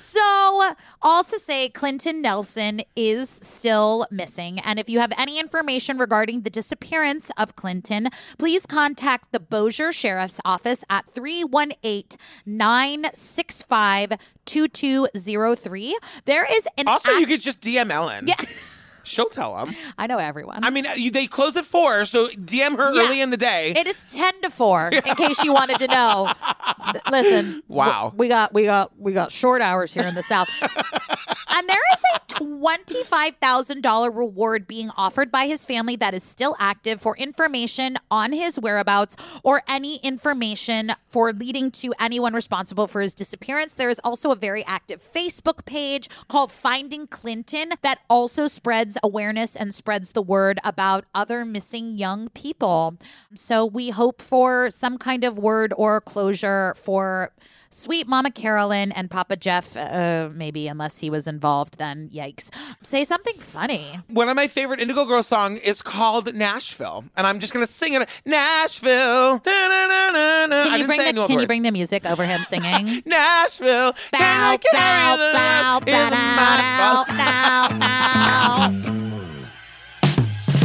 [SPEAKER 2] So, all to say, Clinton Nelson is still missing. And if you have any information regarding the disappearance of Clinton, please contact the Bossier Sheriff's Office at 318 965 2203. There is an.
[SPEAKER 1] also
[SPEAKER 2] act-
[SPEAKER 1] you could just dm ellen
[SPEAKER 2] Yeah.
[SPEAKER 1] she'll tell him
[SPEAKER 2] I know everyone.
[SPEAKER 1] i mean you- they close at four so dm her
[SPEAKER 2] Yeah.
[SPEAKER 1] early in the day
[SPEAKER 2] and it's 10 to 4 in case you wanted to know Th- listen
[SPEAKER 1] Wow.
[SPEAKER 2] we, we got we got we got short hours here in the south and there is a $25,000 reward being offered by his family that is still active for information on his whereabouts or any information for leading to anyone responsible for his disappearance. There is also a very active Facebook page called Finding Clinton that also spreads awareness and spreads the word about other missing young people. So we hope for some kind of word or closure for sweet Mama Carolyn and Papa Jeff, uh, maybe, unless he was involved, then yikes. Say something funny.
[SPEAKER 1] One of my favorite Indigo Girl song is called Nashville, and I'm just gonna sing it. Nashville.
[SPEAKER 2] Can
[SPEAKER 1] Can
[SPEAKER 2] you, bring the, can you bring the music over him singing?
[SPEAKER 1] Nashville? Can I
[SPEAKER 2] Bow,
[SPEAKER 1] carry the
[SPEAKER 2] bow, bow,
[SPEAKER 1] love? Is my
[SPEAKER 2] bow,
[SPEAKER 1] fault.
[SPEAKER 2] bow, bow, bow.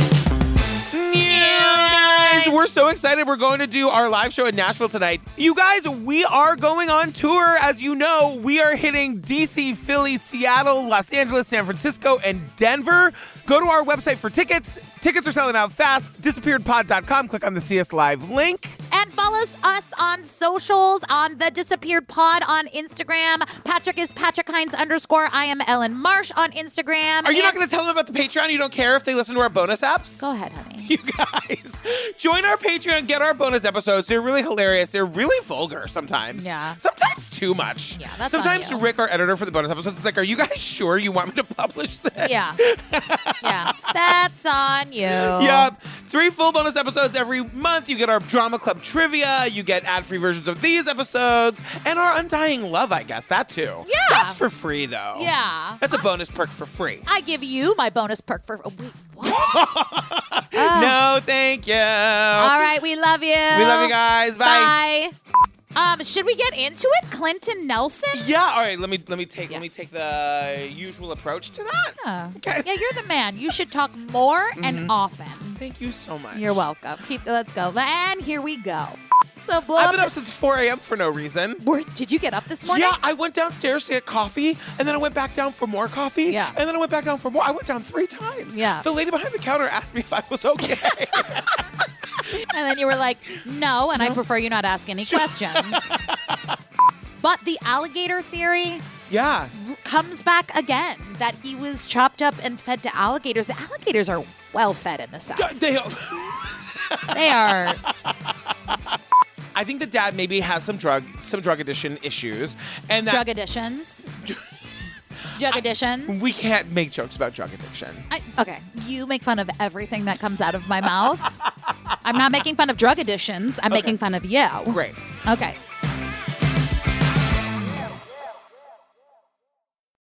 [SPEAKER 1] You guys, We're so excited. We're going to do our live show in Nashville tonight. You guys, we are going on tour. As you know, we are hitting DC, Philly, Seattle, Los Angeles, San Francisco, and Denver. Go to our website for tickets. Tickets are selling out fast. Disappearedpod.com. Click on the CS Live link.
[SPEAKER 2] And follow us on socials on the Disappeared Pod on Instagram. Patrick is Patrick Hines underscore. I am Ellen Marsh on Instagram.
[SPEAKER 1] Are you not
[SPEAKER 2] And-
[SPEAKER 1] going to tell them about the Patreon? You don't care if they listen to our bonus apps?
[SPEAKER 2] Go ahead, honey.
[SPEAKER 1] You guys, join our Patreon, get our bonus episodes. They're really hilarious. They're really vulgar sometimes.
[SPEAKER 2] Yeah.
[SPEAKER 1] Sometimes too much.
[SPEAKER 2] Yeah, that's on
[SPEAKER 1] Sometimes
[SPEAKER 2] you.
[SPEAKER 1] Rick, our editor for the bonus episodes, is like, Are you guys sure you want me to publish this?
[SPEAKER 2] Yeah. yeah. That's on you.
[SPEAKER 1] Yep. Three full bonus episodes every month. You get our drama club trivia. You get ad free versions of these episodes and our undying love, I guess. That too.
[SPEAKER 2] Yeah.
[SPEAKER 1] That's for free, though.
[SPEAKER 2] Yeah.
[SPEAKER 1] That's a bonus perk for free.
[SPEAKER 2] I give you my bonus perk for a week. What?
[SPEAKER 1] No, thank you.
[SPEAKER 2] Oh, All right, we love you.
[SPEAKER 1] We love you guys. Bye.
[SPEAKER 2] Bye. Um, should we get into it, Clinton Nelson?
[SPEAKER 1] Yeah. All right. Let me let me take
[SPEAKER 2] Yeah.
[SPEAKER 1] let me take the usual approach to that.
[SPEAKER 2] Yeah.
[SPEAKER 1] Okay. Mm-hmm.
[SPEAKER 2] Yeah, you're the man. You should talk more and often.
[SPEAKER 1] Thank you so much.
[SPEAKER 2] You're welcome. Keep, let's go. And here we go. So,
[SPEAKER 1] I've been
[SPEAKER 2] Blub,
[SPEAKER 1] up since 4 a.m. for no reason.
[SPEAKER 2] were- did you get up this morning?
[SPEAKER 1] Yeah, I went downstairs to get coffee, and then I went back down for more coffee,
[SPEAKER 2] Yeah.
[SPEAKER 1] and then I went back down for more. I went down three times.
[SPEAKER 2] Yeah.
[SPEAKER 1] The lady behind the counter asked me if I was okay.
[SPEAKER 2] And then you were like, no, and I prefer you not ask any questions. but the alligator theory
[SPEAKER 1] yeah.
[SPEAKER 2] comes back again that he was chopped up and fed to alligators. The alligators are well fed in the
[SPEAKER 1] Yeah,
[SPEAKER 2] South.
[SPEAKER 1] they-
[SPEAKER 2] They are.
[SPEAKER 1] I think the dad maybe has some drug some drug addiction issues, and that
[SPEAKER 2] drug additions. drug additions.
[SPEAKER 1] we can't make jokes about drug addiction.
[SPEAKER 2] I, okay, you make fun of everything that comes out of my mouth. I'm not making fun of drug additions. I'm making fun of you.
[SPEAKER 1] Great.
[SPEAKER 2] Okay.